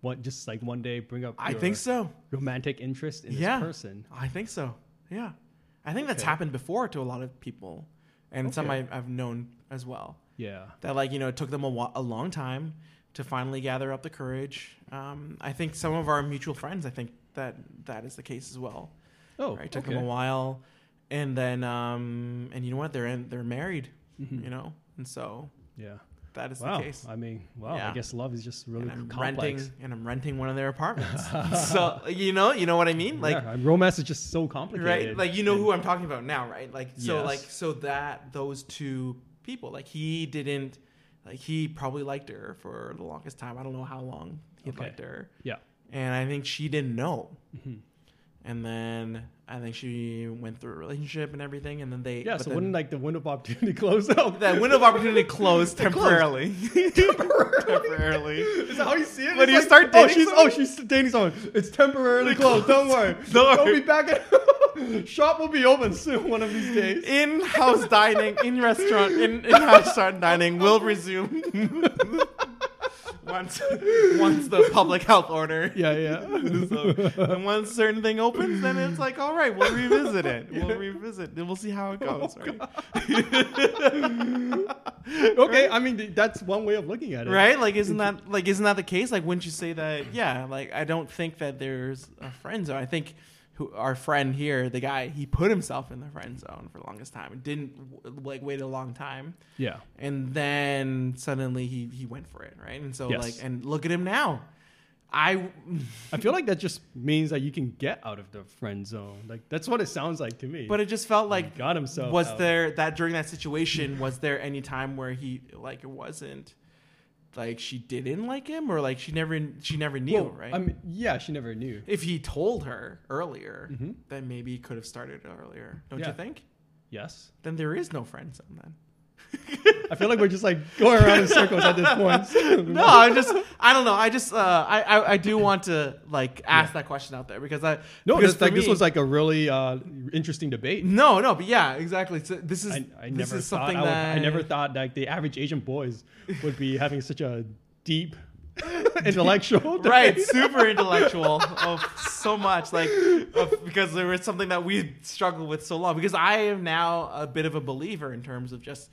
[SPEAKER 1] what just like one day bring up
[SPEAKER 2] I
[SPEAKER 1] your
[SPEAKER 2] think so.
[SPEAKER 1] romantic interest in
[SPEAKER 2] Yeah.
[SPEAKER 1] this person?
[SPEAKER 2] I think so. Yeah. I think that's
[SPEAKER 1] Okay.
[SPEAKER 2] happened before to a lot of people and some
[SPEAKER 1] Okay.
[SPEAKER 2] I, I've known as well.
[SPEAKER 1] Yeah.
[SPEAKER 2] that like you know it took them a, wa- a long time to finally gather up the courage um, i think some of our mutual friends i think that that is the case as well
[SPEAKER 1] Oh,
[SPEAKER 2] right it took
[SPEAKER 1] okay.
[SPEAKER 2] them a while and then um, and you know what they're in they're married you know and so
[SPEAKER 1] Yeah.
[SPEAKER 2] that is
[SPEAKER 1] Mm-hmm. Wow.
[SPEAKER 2] the case
[SPEAKER 1] I mean, wow. I
[SPEAKER 2] Yeah.
[SPEAKER 1] guess love is just really
[SPEAKER 2] and i'm
[SPEAKER 1] complex.
[SPEAKER 2] renting and i'm renting one of their apartments so you know you know what i mean like
[SPEAKER 1] yeah, romance is just so complicated.
[SPEAKER 2] right like you know who i'm talking about now right like so
[SPEAKER 1] Yes.
[SPEAKER 2] like so that those two people like he didn't like he probably liked her for the longest time i don't know how long he
[SPEAKER 1] Okay.
[SPEAKER 2] liked her
[SPEAKER 1] Yeah. Mm-hmm.
[SPEAKER 2] and i think she didn't know and then i think she went through a relationship and everything and then they
[SPEAKER 1] Yeah.
[SPEAKER 2] but
[SPEAKER 1] so
[SPEAKER 2] then
[SPEAKER 1] wouldn't like the window of opportunity close up?
[SPEAKER 2] that window of opportunity closed temporarily temporarily
[SPEAKER 1] is that how you see it?
[SPEAKER 2] When
[SPEAKER 1] It's
[SPEAKER 2] you start
[SPEAKER 1] oh,
[SPEAKER 2] dating
[SPEAKER 1] she's oh
[SPEAKER 2] someone-
[SPEAKER 1] she's dating someone. It's temporarily closed. Don't worry.
[SPEAKER 2] Don't
[SPEAKER 1] We'll
[SPEAKER 2] worry.
[SPEAKER 1] be back. At, shop will be open soon. One of these days.
[SPEAKER 2] in house dining, in restaurant, in in house dining will resume once once the public health order.
[SPEAKER 1] yeah. Yeah.
[SPEAKER 2] So, and once certain thing opens, then it's like, all right, we'll revisit it. We'll revisit. Then we'll see how it goes. right?
[SPEAKER 1] okay. I mean, th- that's one way of looking at it.
[SPEAKER 2] right? Like, isn't that like isn't that the case? Like, wouldn't you say that? Yeah. Like, I don't think that there's a friend zone. I think who our friend here, the guy, he put himself in the friend zone for the longest time and didn't w- like wait a long time.
[SPEAKER 1] Yeah.
[SPEAKER 2] and then suddenly he he went for it right and so
[SPEAKER 1] Yes.
[SPEAKER 2] like and look at him now I
[SPEAKER 1] I feel like that just means that you can get out of the friend zone. Like that's what it sounds like to me.
[SPEAKER 2] but it just felt like
[SPEAKER 1] got himself.
[SPEAKER 2] was
[SPEAKER 1] out.
[SPEAKER 2] there that during that situation was there any time where he like it wasn't like she didn't like him or like she never she never knew
[SPEAKER 1] Well,
[SPEAKER 2] right
[SPEAKER 1] I mean, yeah, she never knew.
[SPEAKER 2] if he told her earlier
[SPEAKER 1] Mhm.
[SPEAKER 2] then maybe he could have started earlier don't
[SPEAKER 1] Yeah.
[SPEAKER 2] you think
[SPEAKER 1] Yes,
[SPEAKER 2] then there is no friend zone then
[SPEAKER 1] I feel like we're just like going around in circles at this point.
[SPEAKER 2] no i'm just i don't know i just uh i i, I do want to like ask that question out there because i
[SPEAKER 1] no,
[SPEAKER 2] because
[SPEAKER 1] this, like
[SPEAKER 2] for
[SPEAKER 1] this
[SPEAKER 2] me-
[SPEAKER 1] was like a really uh, interesting debate.
[SPEAKER 2] no no but yeah exactly so this is
[SPEAKER 1] I, I
[SPEAKER 2] this
[SPEAKER 1] never
[SPEAKER 2] is
[SPEAKER 1] thought
[SPEAKER 2] something
[SPEAKER 1] I, would,
[SPEAKER 2] that
[SPEAKER 1] I never thought like the average Asian boys would be having such a deep intellectual debate.
[SPEAKER 2] right super intellectual of so much like of, because there was something that we struggled with so long because i am now a bit of a believer in terms of just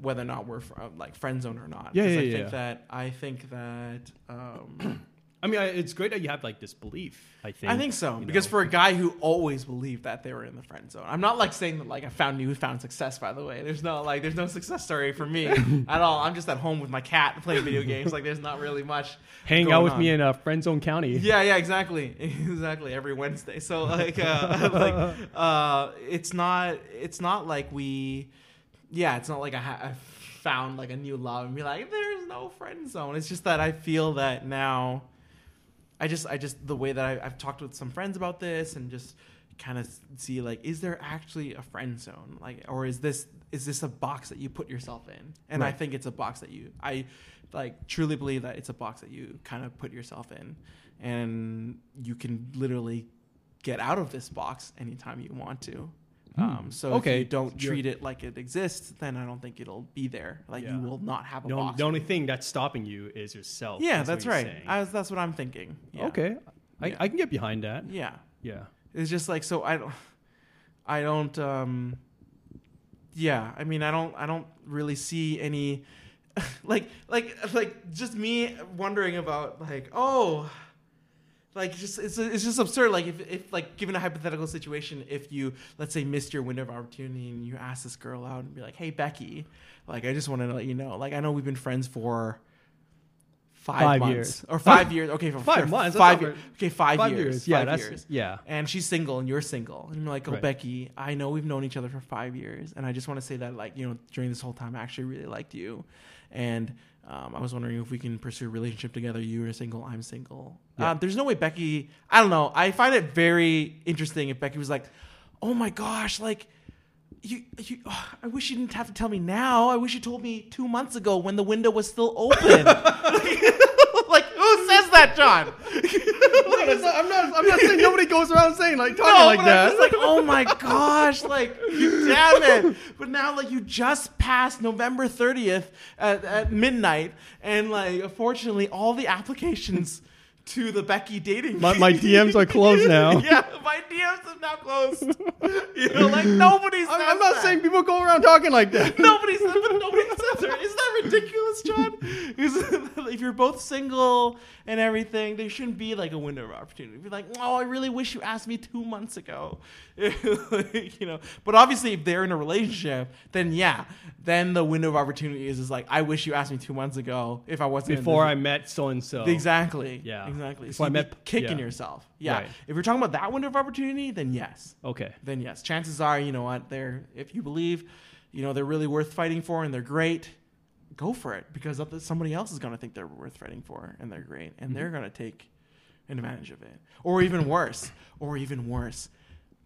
[SPEAKER 2] whether or not we're fr- uh, like friend zone or not
[SPEAKER 1] Yeah,
[SPEAKER 2] 'Cause
[SPEAKER 1] yeah,
[SPEAKER 2] i
[SPEAKER 1] yeah.
[SPEAKER 2] think that i think that um,
[SPEAKER 1] I mean, I, it's great that you have like this belief. I think.
[SPEAKER 2] i think so
[SPEAKER 1] you
[SPEAKER 2] because
[SPEAKER 1] know.
[SPEAKER 2] for a guy who always believed that they were in the friend zone i'm not like saying that like i found newfound success by the way there's no like there's no success story for me at all i'm just at home with my cat playing video games like there's not really much
[SPEAKER 1] hang out
[SPEAKER 2] going
[SPEAKER 1] with
[SPEAKER 2] on.
[SPEAKER 1] me in uh, friend zone county.
[SPEAKER 2] Yeah, yeah, exactly, exactly. Every Wednesday, so like, uh, like, uh, it's not, it's not like we, yeah, it's not like I, ha- I found like a new love and be like, there's no friend zone. It's just that I feel that now, I just, I just the way that I, I've talked with some friends about this and just kind of see like, is there actually a friend zone, like, or is this, is this a box that you put yourself in? And I
[SPEAKER 1] Right.
[SPEAKER 2] think it's a box that you, I like truly believe that it's a box that you kind of put yourself in and you can literally get out of this box anytime you want to. Um, so
[SPEAKER 1] Hmm. Okay.
[SPEAKER 2] if you don't
[SPEAKER 1] You're-
[SPEAKER 2] treat it like it exists, then I don't think it'll be there. Like
[SPEAKER 1] Yeah.
[SPEAKER 2] you will not have a
[SPEAKER 1] The, on-
[SPEAKER 2] box.
[SPEAKER 1] the only thing that's stopping you is yourself.
[SPEAKER 2] yeah,
[SPEAKER 1] is what
[SPEAKER 2] that's
[SPEAKER 1] you're
[SPEAKER 2] right.
[SPEAKER 1] saying.
[SPEAKER 2] I, that's what I'm thinking. Yeah.
[SPEAKER 1] Okay, I,
[SPEAKER 2] Yeah.
[SPEAKER 1] I can get behind that.
[SPEAKER 2] Yeah.
[SPEAKER 1] Yeah.
[SPEAKER 2] It's just like so I don't I don't um yeah, I mean I don't I don't really see any like like like just me wondering about like oh like just it's it's just absurd like if if like given a hypothetical situation if you let's say missed your window of opportunity and you ask this girl out and be like hey Becky like I just wanted to let you know like I know we've been friends for Five,
[SPEAKER 1] Five
[SPEAKER 2] months
[SPEAKER 1] years.
[SPEAKER 2] or five years. Okay, for
[SPEAKER 1] Five months, that's
[SPEAKER 2] Five
[SPEAKER 1] not
[SPEAKER 2] years.
[SPEAKER 1] very-
[SPEAKER 2] Okay, five, years.
[SPEAKER 1] Yeah,
[SPEAKER 2] five
[SPEAKER 1] that's
[SPEAKER 2] years
[SPEAKER 1] yeah.
[SPEAKER 2] and she's single and you're single and you're like oh
[SPEAKER 1] Right.
[SPEAKER 2] becky i know we've known each other for five years and i just want to say that like you know during this whole time i actually really liked you and um, i was wondering if we can pursue a relationship together you are single i'm single
[SPEAKER 1] Yeah.
[SPEAKER 2] um, there's no way becky i don't know i find it very interesting if becky was like oh my gosh like you, you oh, I wish you didn't have to tell me now. I wish you told me two months ago when the window was still open. like, who says that, John?
[SPEAKER 1] No, that's not- I'm not. I'm not saying nobody goes around saying like talking
[SPEAKER 2] No,
[SPEAKER 1] like
[SPEAKER 2] but I'm
[SPEAKER 1] that.
[SPEAKER 2] just like, oh my gosh, like, you- damn it. But now, like, you just passed November 30th at, at midnight, and, like, unfortunately, all the applications to the Becky dating.
[SPEAKER 1] my, my DMs are closed now.
[SPEAKER 2] yeah, my DMs have now closed. You know, like, nobody's.
[SPEAKER 1] I'm, I'm not saying people go around talking like that.
[SPEAKER 2] Nobody says, but nobody says her. Isn't that ridiculous, John? Is- if you're both single and everything, there shouldn't be like a window of opportunity. Be like, oh, I really wish you asked me two months ago. Like, you know, but obviously, if they're in a relationship, then yeah, then the window of opportunity is, is like, I wish you asked me two months ago if I wasn't in
[SPEAKER 1] Before
[SPEAKER 2] this-
[SPEAKER 1] I met so and so.
[SPEAKER 2] Exactly.
[SPEAKER 1] Yeah.
[SPEAKER 2] Exactly.
[SPEAKER 1] Before I
[SPEAKER 2] you'd
[SPEAKER 1] met-
[SPEAKER 2] be kicking
[SPEAKER 1] yeah.
[SPEAKER 2] yourself. Yeah.
[SPEAKER 1] Right.
[SPEAKER 2] If you're talking about that window of opportunity, then yes
[SPEAKER 1] Okay.
[SPEAKER 2] then yes, chances are, you know what, they're if you believe, you know, they're really worth fighting for and they're great, go for it because other- somebody else is going to think they're worth fighting for and they're great and
[SPEAKER 1] Mm-hmm.
[SPEAKER 2] they're going to take advantage of it. Or even worse, or even worse,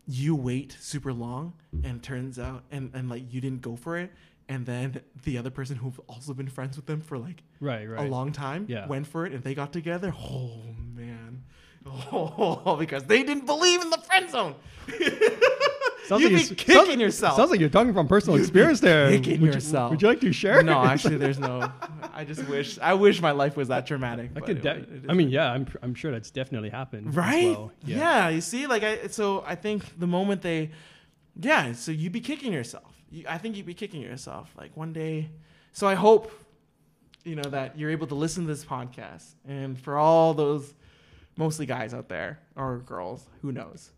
[SPEAKER 2] you wait super long and turns out and and like you didn't go for it and then the other person who've also been friends with them for like
[SPEAKER 1] Right. Right.
[SPEAKER 2] a long time
[SPEAKER 1] Yeah.
[SPEAKER 2] went for it and they got together. Oh man. Oh, because they didn't believe in the friend zone.
[SPEAKER 1] Sounds
[SPEAKER 2] You'd
[SPEAKER 1] like
[SPEAKER 2] be
[SPEAKER 1] you're-
[SPEAKER 2] kicking
[SPEAKER 1] sounds-
[SPEAKER 2] yourself.
[SPEAKER 1] Sounds like you're talking from personal experience there.
[SPEAKER 2] kicking
[SPEAKER 1] would
[SPEAKER 2] yourself.
[SPEAKER 1] You, would you like to share?
[SPEAKER 2] no, actually, there's no. I just wish. I wish my life was that dramatic.
[SPEAKER 1] I
[SPEAKER 2] but
[SPEAKER 1] could.
[SPEAKER 2] it-
[SPEAKER 1] De-
[SPEAKER 2] it
[SPEAKER 1] I mean, yeah. I'm. I'm sure that's definitely happened. as
[SPEAKER 2] right
[SPEAKER 1] well.
[SPEAKER 2] yeah. you see like i so i think the moment they yeah so you'd be kicking yourself you, i think you'd be kicking yourself like one day so i hope you know that you're able to listen to this podcast and for all those mostly guys out there or girls who knows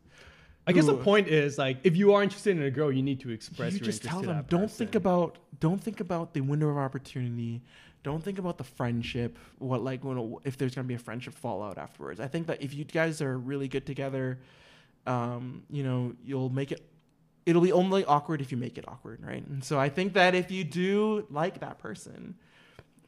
[SPEAKER 1] I guess the
[SPEAKER 2] Ooh.
[SPEAKER 1] point is like if you are interested in a girl, you need to express.
[SPEAKER 2] you
[SPEAKER 1] your interest
[SPEAKER 2] just tell
[SPEAKER 1] to
[SPEAKER 2] them
[SPEAKER 1] that
[SPEAKER 2] don't
[SPEAKER 1] person."
[SPEAKER 2] think about don't think about the window of opportunity don't think about the friendship what like when if there's going to be a friendship fallout afterwards i think that if you guys are really good together um, you know you'll make it it'll be only awkward if you make it awkward right and so i think that if you do like that person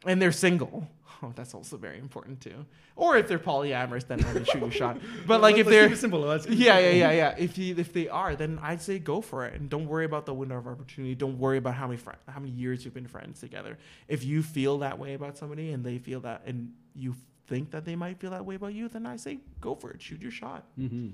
[SPEAKER 2] and they're single oh that's also very important too or if they're polyamorous then let me shoot you shot but like
[SPEAKER 1] Let's-
[SPEAKER 2] if
[SPEAKER 1] let's keep
[SPEAKER 2] they're
[SPEAKER 1] it simple. Let's keep it
[SPEAKER 2] yeah, yeah,
[SPEAKER 1] simple.
[SPEAKER 2] yeah, yeah. If you if they are, then I'd say go for it, and don't worry about the window of opportunity. Don't worry about how many friend, how many years you've been friends together. If you feel that way about somebody, and they feel that, and you think that they might feel that way about you, then I say go for it. Shoot your shot.
[SPEAKER 1] Mhm.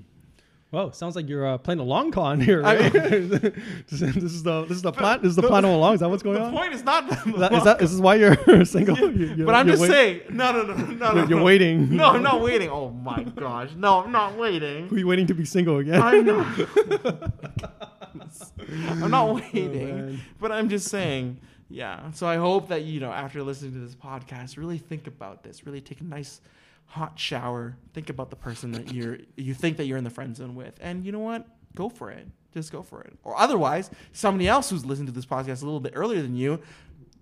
[SPEAKER 1] Well, sounds like you're uh, playing a long con here.
[SPEAKER 2] I-
[SPEAKER 1] Right? this is the this is the plot. This is the, plot all along. Is that what's going
[SPEAKER 2] the
[SPEAKER 1] on?
[SPEAKER 2] point is not that.
[SPEAKER 1] Is that, is that is this why you're single? You- you-
[SPEAKER 2] but I'm
[SPEAKER 1] you're
[SPEAKER 2] just
[SPEAKER 1] wait-
[SPEAKER 2] saying. No, no, no, no, no.
[SPEAKER 1] You're, you're
[SPEAKER 2] no.
[SPEAKER 1] waiting.
[SPEAKER 2] No, I'm not waiting. Oh my gosh. No, I'm not waiting.
[SPEAKER 1] Who you waiting to be single again?
[SPEAKER 2] I'm not. I'm not waiting,
[SPEAKER 1] Oh, man.
[SPEAKER 2] but I'm just saying. Yeah. So I hope that you know, after listening to this podcast, really think about this. Really take a nice hot shower. Think about the person that you're you think that you're in the friend zone with, and you know what? Go for it. Just go for it. Or otherwise, somebody else who's listened to this podcast a little bit earlier than you,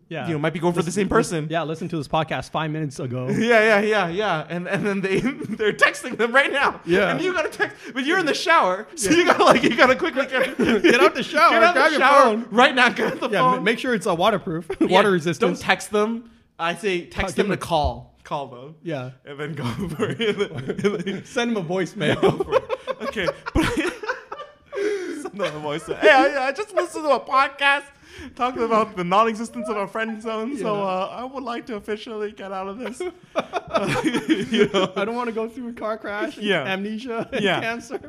[SPEAKER 1] yeah.
[SPEAKER 2] you know, might be going for the same person.
[SPEAKER 1] yeah, listen to this podcast five minutes ago.
[SPEAKER 2] Yeah, yeah, yeah, yeah. And and then they they're texting them right now.
[SPEAKER 1] Yeah.
[SPEAKER 2] And you gotta text, but you're in the shower, so you gotta like you gotta quickly get,
[SPEAKER 1] Get out the shower,
[SPEAKER 2] get out
[SPEAKER 1] grab
[SPEAKER 2] the
[SPEAKER 1] your
[SPEAKER 2] shower
[SPEAKER 1] phone.
[SPEAKER 2] right now. Get out the
[SPEAKER 1] Yeah, ma-
[SPEAKER 2] phone.
[SPEAKER 1] make sure it's uh, waterproof,
[SPEAKER 2] Yeah,
[SPEAKER 1] water resistant.
[SPEAKER 2] Don't text them. I say text
[SPEAKER 1] Give
[SPEAKER 2] them to
[SPEAKER 1] them-
[SPEAKER 2] call, call them.
[SPEAKER 1] yeah,
[SPEAKER 2] And then go for it.
[SPEAKER 1] send him a voicemail.
[SPEAKER 2] okay, but send them a voice. Hey, I, I just listened to a podcast talking about the non-existence of a friend zone. So
[SPEAKER 1] Yeah.
[SPEAKER 2] uh, I would like to officially get out of this.
[SPEAKER 1] I don't want to go through a car crash,
[SPEAKER 2] Yeah.
[SPEAKER 1] amnesia, and
[SPEAKER 2] Yeah.
[SPEAKER 1] cancer.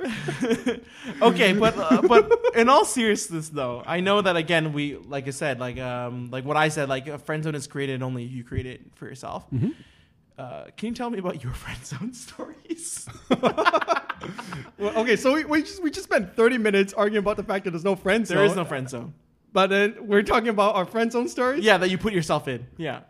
[SPEAKER 2] okay, but uh, but in all seriousness though, I know that again we like I said like um like what I said like a friend zone is created only you create it for yourself.
[SPEAKER 1] Mm-hmm.
[SPEAKER 2] Uh, can you tell me about your friend zone stories?
[SPEAKER 1] Well, okay, so we, we just we just spent thirty minutes arguing about the fact that there's no friend zone.
[SPEAKER 2] there is no friend zone.
[SPEAKER 1] But then we're talking about our friend zone stories.
[SPEAKER 2] Yeah, that you put yourself in. Yeah,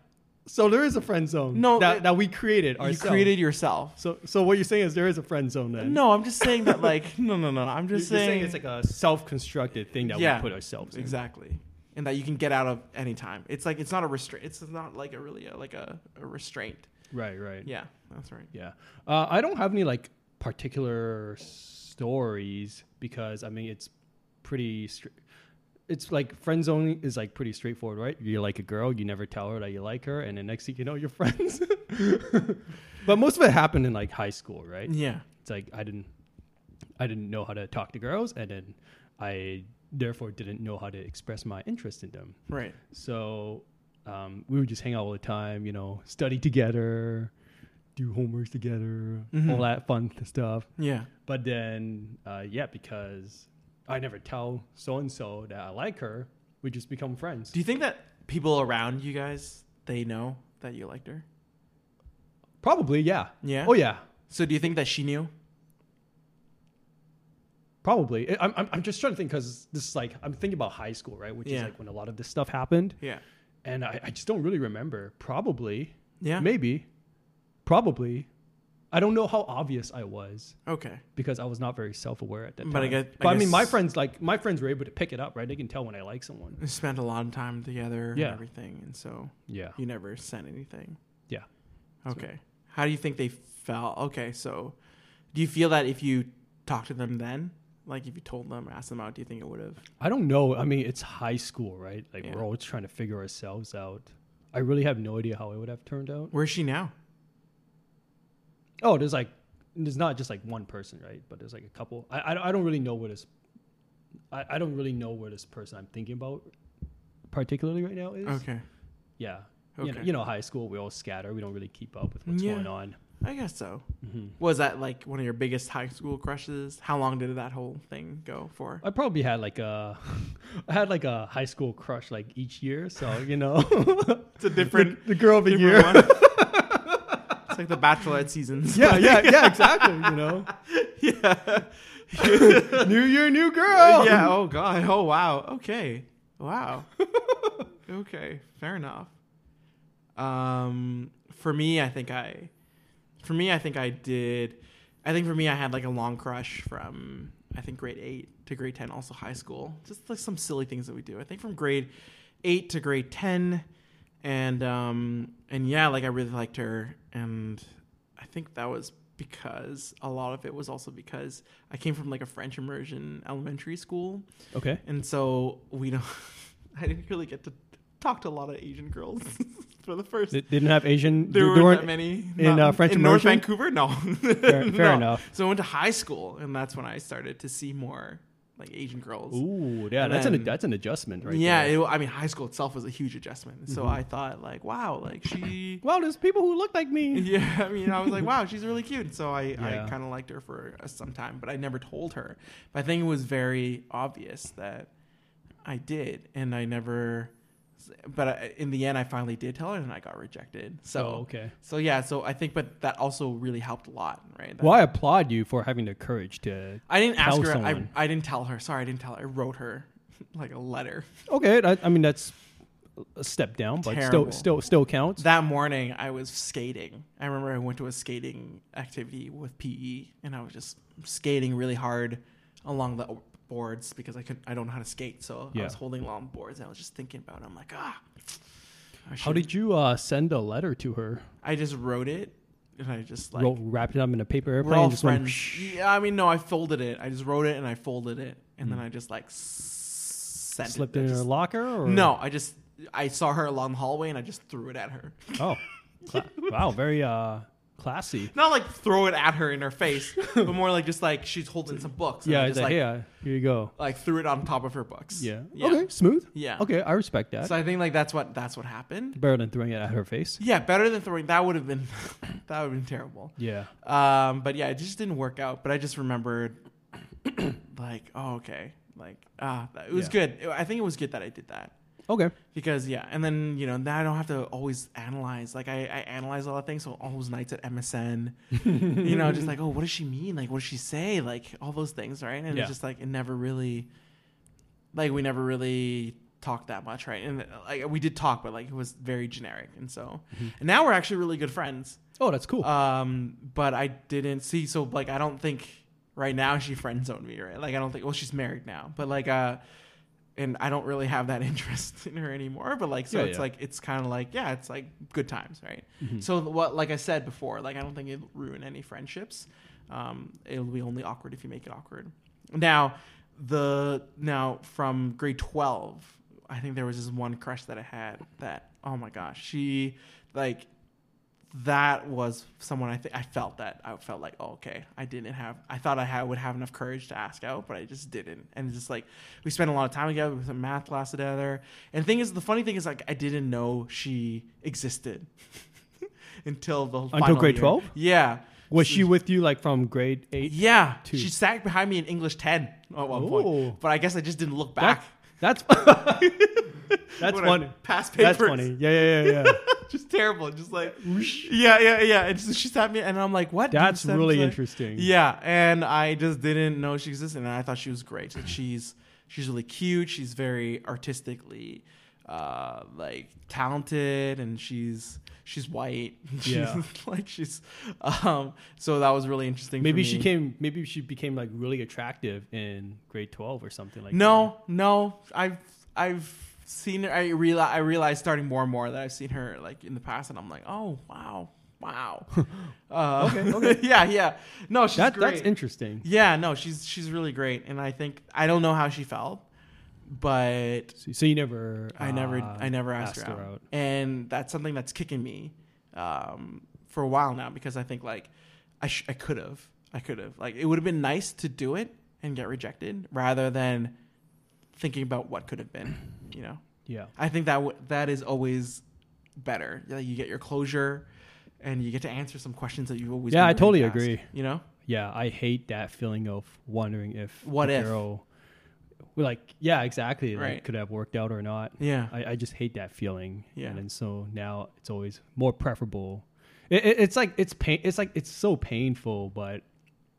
[SPEAKER 1] So there is a friend zone.
[SPEAKER 2] No,
[SPEAKER 1] that,
[SPEAKER 2] it-
[SPEAKER 1] that we created
[SPEAKER 2] you
[SPEAKER 1] ourselves.
[SPEAKER 2] created yourself.
[SPEAKER 1] So so what you're saying is there is a friend zone then.
[SPEAKER 2] No, I'm just saying that like no no no. I'm
[SPEAKER 1] you're,
[SPEAKER 2] just
[SPEAKER 1] you're saying it's like a self-constructed thing that
[SPEAKER 2] Yeah.
[SPEAKER 1] we put ourselves in.
[SPEAKER 2] Exactly. And that you can get out of any time. It's like it's not a restraint. It's not like a really a, like a, a restraint.
[SPEAKER 1] Right, right.
[SPEAKER 2] Yeah, that's right.
[SPEAKER 1] Yeah. Uh, I don't have any like particular stories because I mean it's pretty. Str- it's like friend zoning is like pretty straightforward, right? You like a girl, you never tell her that you like her, and the next thing you know, you're friends. but most of it happened in like high school, right?
[SPEAKER 2] Yeah.
[SPEAKER 1] It's like I didn't, I didn't know how to talk to girls, and then I therefore didn't know how to express my interest in them.
[SPEAKER 2] Right.
[SPEAKER 1] So um, we would just hang out all the time, you know, study together, do homeworks together,
[SPEAKER 2] Mhm.
[SPEAKER 1] all that fun th- stuff.
[SPEAKER 2] Yeah.
[SPEAKER 1] But then, uh, yeah, because I never tell so and so that I like her, we just become friends.
[SPEAKER 2] Do you think that people around you guys they know that you liked her?
[SPEAKER 1] Probably, yeah.
[SPEAKER 2] Yeah.
[SPEAKER 1] Oh, yeah.
[SPEAKER 2] So do you think that she knew?
[SPEAKER 1] Probably. I- I'm, I'm, I'm just trying to think because this is like, I'm thinking about high school, right? Which is
[SPEAKER 2] Yeah.
[SPEAKER 1] like when a lot of this stuff happened.
[SPEAKER 2] Yeah.
[SPEAKER 1] And I, I just don't really remember. Probably.
[SPEAKER 2] Yeah.
[SPEAKER 1] Maybe. Probably. I don't know how obvious I was.
[SPEAKER 2] Okay.
[SPEAKER 1] because I was not very self aware at that
[SPEAKER 2] But I
[SPEAKER 1] time.
[SPEAKER 2] guess- I
[SPEAKER 1] but I, mean, my
[SPEAKER 2] guess-
[SPEAKER 1] friends like my friends were able to pick it up, right? They can tell when I like someone.
[SPEAKER 2] We spent a lot of time together
[SPEAKER 1] Yeah.
[SPEAKER 2] and everything, and so
[SPEAKER 1] Yeah,
[SPEAKER 2] you never sent anything.
[SPEAKER 1] yeah.
[SPEAKER 2] Okay. How do you think they felt? Okay, so do you feel that if you talked to them then, like if you told them, asked them out, do you think it would have?
[SPEAKER 1] I don't know. I mean, it's high school, right? Like
[SPEAKER 2] Yeah.
[SPEAKER 1] we're always trying to figure ourselves out. I really have no idea how it would have turned out.
[SPEAKER 2] Where's she now?
[SPEAKER 1] Oh, there's like there's not just like one person, right? But there's like a couple. I I, don't- I don't really know where this. I, I don't really know where this person I'm thinking about particularly right now is.
[SPEAKER 2] Okay.
[SPEAKER 1] Yeah. You, know,
[SPEAKER 2] Okay.
[SPEAKER 1] you know, high school, we all scatter. We don't really keep up with what's
[SPEAKER 2] Yeah.
[SPEAKER 1] going on.
[SPEAKER 2] I guess so.
[SPEAKER 1] hmm
[SPEAKER 2] Was that like one of your biggest high school crushes? How long did that whole thing go for?
[SPEAKER 1] I probably had like a, I had like a high school crush like each year. So you know,
[SPEAKER 2] It's a
[SPEAKER 1] the, the girl of the year.
[SPEAKER 2] it's like the Bachelorette seasons.
[SPEAKER 1] Yeah, yeah, yeah, exactly. You know,
[SPEAKER 2] yeah.
[SPEAKER 1] new year, new girl.
[SPEAKER 2] Yeah. Oh god. Oh wow. Okay. Wow. okay. Fair enough. Um, for me, I think I, for me, I think I did. I think for me, I had like a long crush from I think grade eight to grade ten, also high school. Just like some silly things that we do. I think from grade eight to grade ten, and um, and yeah, like I really liked her, and I think that was because a lot of it was also because I came from like a French immersion elementary school,
[SPEAKER 1] Okay.
[SPEAKER 2] and so we don't. I didn't really get to talk to a lot of Asian girls for the first.
[SPEAKER 1] They didn't have Asian.
[SPEAKER 2] There
[SPEAKER 1] they
[SPEAKER 2] weren't
[SPEAKER 1] weren't-
[SPEAKER 2] that many
[SPEAKER 1] in,
[SPEAKER 2] Not-
[SPEAKER 1] uh, French
[SPEAKER 2] in North
[SPEAKER 1] immersion?
[SPEAKER 2] Vancouver. No,
[SPEAKER 1] Fair- fair
[SPEAKER 2] No.
[SPEAKER 1] enough.
[SPEAKER 2] So I went to high school, and that's when I started to see more like Asian girls.
[SPEAKER 1] Ooh, yeah,
[SPEAKER 2] And
[SPEAKER 1] that's an
[SPEAKER 2] then-
[SPEAKER 1] that's an adjustment, right?
[SPEAKER 2] yeah,
[SPEAKER 1] there. Mm-hmm.
[SPEAKER 2] it, I mean, high school itself was a huge adjustment. So I thought, like, wow, like she.
[SPEAKER 1] Well, there's people who look like me.
[SPEAKER 2] Yeah, I mean, I was like, wow, she's really cute. So I,
[SPEAKER 1] Yeah.
[SPEAKER 2] I kind of liked her for uh, some time, but I never told her. But I think it was very obvious that I did, and I never. But I, in the end, I finally did tell her, and I got rejected. So
[SPEAKER 1] Oh, okay.
[SPEAKER 2] So yeah, so I think, but that also really helped a lot, right? That-
[SPEAKER 1] Well, I applaud you for having the courage to.
[SPEAKER 2] I didn't ask
[SPEAKER 1] tell
[SPEAKER 2] her. I,
[SPEAKER 1] someone.
[SPEAKER 2] I didn't tell her. Sorry, I didn't tell her. I wrote her like a letter.
[SPEAKER 1] Okay, I, I mean that's a step down, but still
[SPEAKER 2] Terrible.
[SPEAKER 1] still still counts.
[SPEAKER 2] That morning, I was skating. I remember I went to a skating activity with PE, and I was just skating really hard along the boards because I could I don't know how to skate, so
[SPEAKER 1] Yeah.
[SPEAKER 2] I was holding long boards. And I was just thinking about. it. I'm like, ah. I
[SPEAKER 1] How
[SPEAKER 2] should-
[SPEAKER 1] did you uh, send a letter to her?
[SPEAKER 2] I just wrote it, and I just like
[SPEAKER 1] Roll, wrapped it up in a paper
[SPEAKER 2] we're
[SPEAKER 1] airplane.
[SPEAKER 2] all
[SPEAKER 1] and just went,
[SPEAKER 2] friends.
[SPEAKER 1] "Shh."
[SPEAKER 2] Yeah, I mean, no, I folded it. I just wrote it and I folded it, and then I just like s- sent
[SPEAKER 1] Hmm. slipped it
[SPEAKER 2] it. I
[SPEAKER 1] in her
[SPEAKER 2] just-
[SPEAKER 1] locker? Or?
[SPEAKER 2] No, I just I saw her along the hallway and I just threw it at her.
[SPEAKER 1] Oh, Cla- wow, very uh, classy.
[SPEAKER 2] Not like throw it at her in her face, but more like just like she's holding some books. and
[SPEAKER 1] Yeah,
[SPEAKER 2] I
[SPEAKER 1] it's
[SPEAKER 2] just
[SPEAKER 1] like,
[SPEAKER 2] like
[SPEAKER 1] yeah, here you go.
[SPEAKER 2] like threw it on top of her books.
[SPEAKER 1] Yeah. Okay, smooth.
[SPEAKER 2] Yeah.
[SPEAKER 1] Okay, I respect that.
[SPEAKER 2] So I think like that's what that's what happened.
[SPEAKER 1] Better than throwing it at her face.
[SPEAKER 2] Yeah, better than throwing. That would have been that would have been terrible.
[SPEAKER 1] Yeah.
[SPEAKER 2] Um, but yeah, it just didn't work out. But I just remembered, like, oh okay, like ah, that- it was
[SPEAKER 1] Yeah.
[SPEAKER 2] good. It- I think it was good that I did that
[SPEAKER 1] Okay.
[SPEAKER 2] because yeah, and then you know now I don't have to always analyze. Like I, I analyze a lot of things. So all those nights at MSN, you know, just like oh, what does she mean? Like what does she say? Like all those things, right? And
[SPEAKER 1] Yeah.
[SPEAKER 2] it's just like it never really, like we never really talked that much, right? And like we did talk, but like it was very generic. And so, and now we're actually really good friends.
[SPEAKER 1] Oh, that's cool.
[SPEAKER 2] Um, but I didn't see. So like, I don't think right now she friend zoned me, right? Like, I don't think. Well, she's married now, but like, uh, and I don't really have that interest in her anymore. But like, so
[SPEAKER 1] Yeah,
[SPEAKER 2] it's
[SPEAKER 1] yeah. Mm-hmm.
[SPEAKER 2] like it's kind of like yeah, it's like good times, right? So what, like I said before, like I don't think it'll ruin any friendships. Um, it'll be only awkward if you make it awkward. Now, the now from grade twelve, I think there was this one crush that I had that oh my gosh, she like that was someone I think I felt that I felt like oh, okay I didn't have I thought I had, would have enough courage to ask out but I just didn't and it's just like we spent a lot of time together we was in math class together and the thing is the funny thing is like I didn't know she existed until the
[SPEAKER 1] Until
[SPEAKER 2] final
[SPEAKER 1] grade
[SPEAKER 2] year.
[SPEAKER 1] 12?
[SPEAKER 2] yeah
[SPEAKER 1] Was she with you like from grade eight?
[SPEAKER 2] yeah
[SPEAKER 1] Two.
[SPEAKER 2] she sat behind me in English ten at one
[SPEAKER 1] Ooh.
[SPEAKER 2] point but I guess I just didn't look
[SPEAKER 1] That-
[SPEAKER 2] back
[SPEAKER 1] That's that's
[SPEAKER 2] when
[SPEAKER 1] funny.
[SPEAKER 2] I passed papers
[SPEAKER 1] That's funny. Yeah, yeah, yeah, yeah.
[SPEAKER 2] just terrible. Just like yeah, yeah, yeah. And so she sat me, and I'm like, what? You
[SPEAKER 1] That's
[SPEAKER 2] sat me-
[SPEAKER 1] really
[SPEAKER 2] she's like-
[SPEAKER 1] interesting.
[SPEAKER 2] Yeah, and I just didn't know she existed, and I thought she was great. Like, she's she's really cute. She's very artistically uh, like talented, and she's she's white. She's,
[SPEAKER 1] Yeah.
[SPEAKER 2] like she's. Um, so that was really interesting. for
[SPEAKER 1] Maybe she
[SPEAKER 2] me.
[SPEAKER 1] came. Maybe she became like really attractive in grade twelve or something like.
[SPEAKER 2] No, no. I've I've seen her. I realize I realized starting more and more that I've seen her like in the past, and I'm like, oh wow, wow. uh,
[SPEAKER 1] Okay, okay.
[SPEAKER 2] yeah, yeah. No, she's
[SPEAKER 1] that. that
[SPEAKER 2] great.
[SPEAKER 1] that's interesting.
[SPEAKER 2] yeah, no, she's she's really great, and I think I don't know how she felt, but
[SPEAKER 1] So, so you never.
[SPEAKER 2] I never
[SPEAKER 1] uh,
[SPEAKER 2] I never asked, her, out. and that's something that's kicking me um, for a while now because I think like I sh- I could have I could have like it would have been nice to do it and get rejected rather than thinking about what could have been you know
[SPEAKER 1] Yeah.
[SPEAKER 2] I think that w- that is always better like you get your closure and you get to answer some questions that you've always
[SPEAKER 1] Yeah,
[SPEAKER 2] been
[SPEAKER 1] I
[SPEAKER 2] ready
[SPEAKER 1] totally
[SPEAKER 2] to ask,
[SPEAKER 1] agree.
[SPEAKER 2] you know
[SPEAKER 1] Yeah, I hate that feeling of wondering if
[SPEAKER 2] What
[SPEAKER 1] the
[SPEAKER 2] if?
[SPEAKER 1] girl, well, like yeah, exactly, like,
[SPEAKER 2] Right.
[SPEAKER 1] could have worked out or not.
[SPEAKER 2] yeah
[SPEAKER 1] I, I just hate that feeling.
[SPEAKER 2] Yeah.
[SPEAKER 1] And, then so now it's always more preferable. It, it, it's like it's pain. It's like it's so painful, but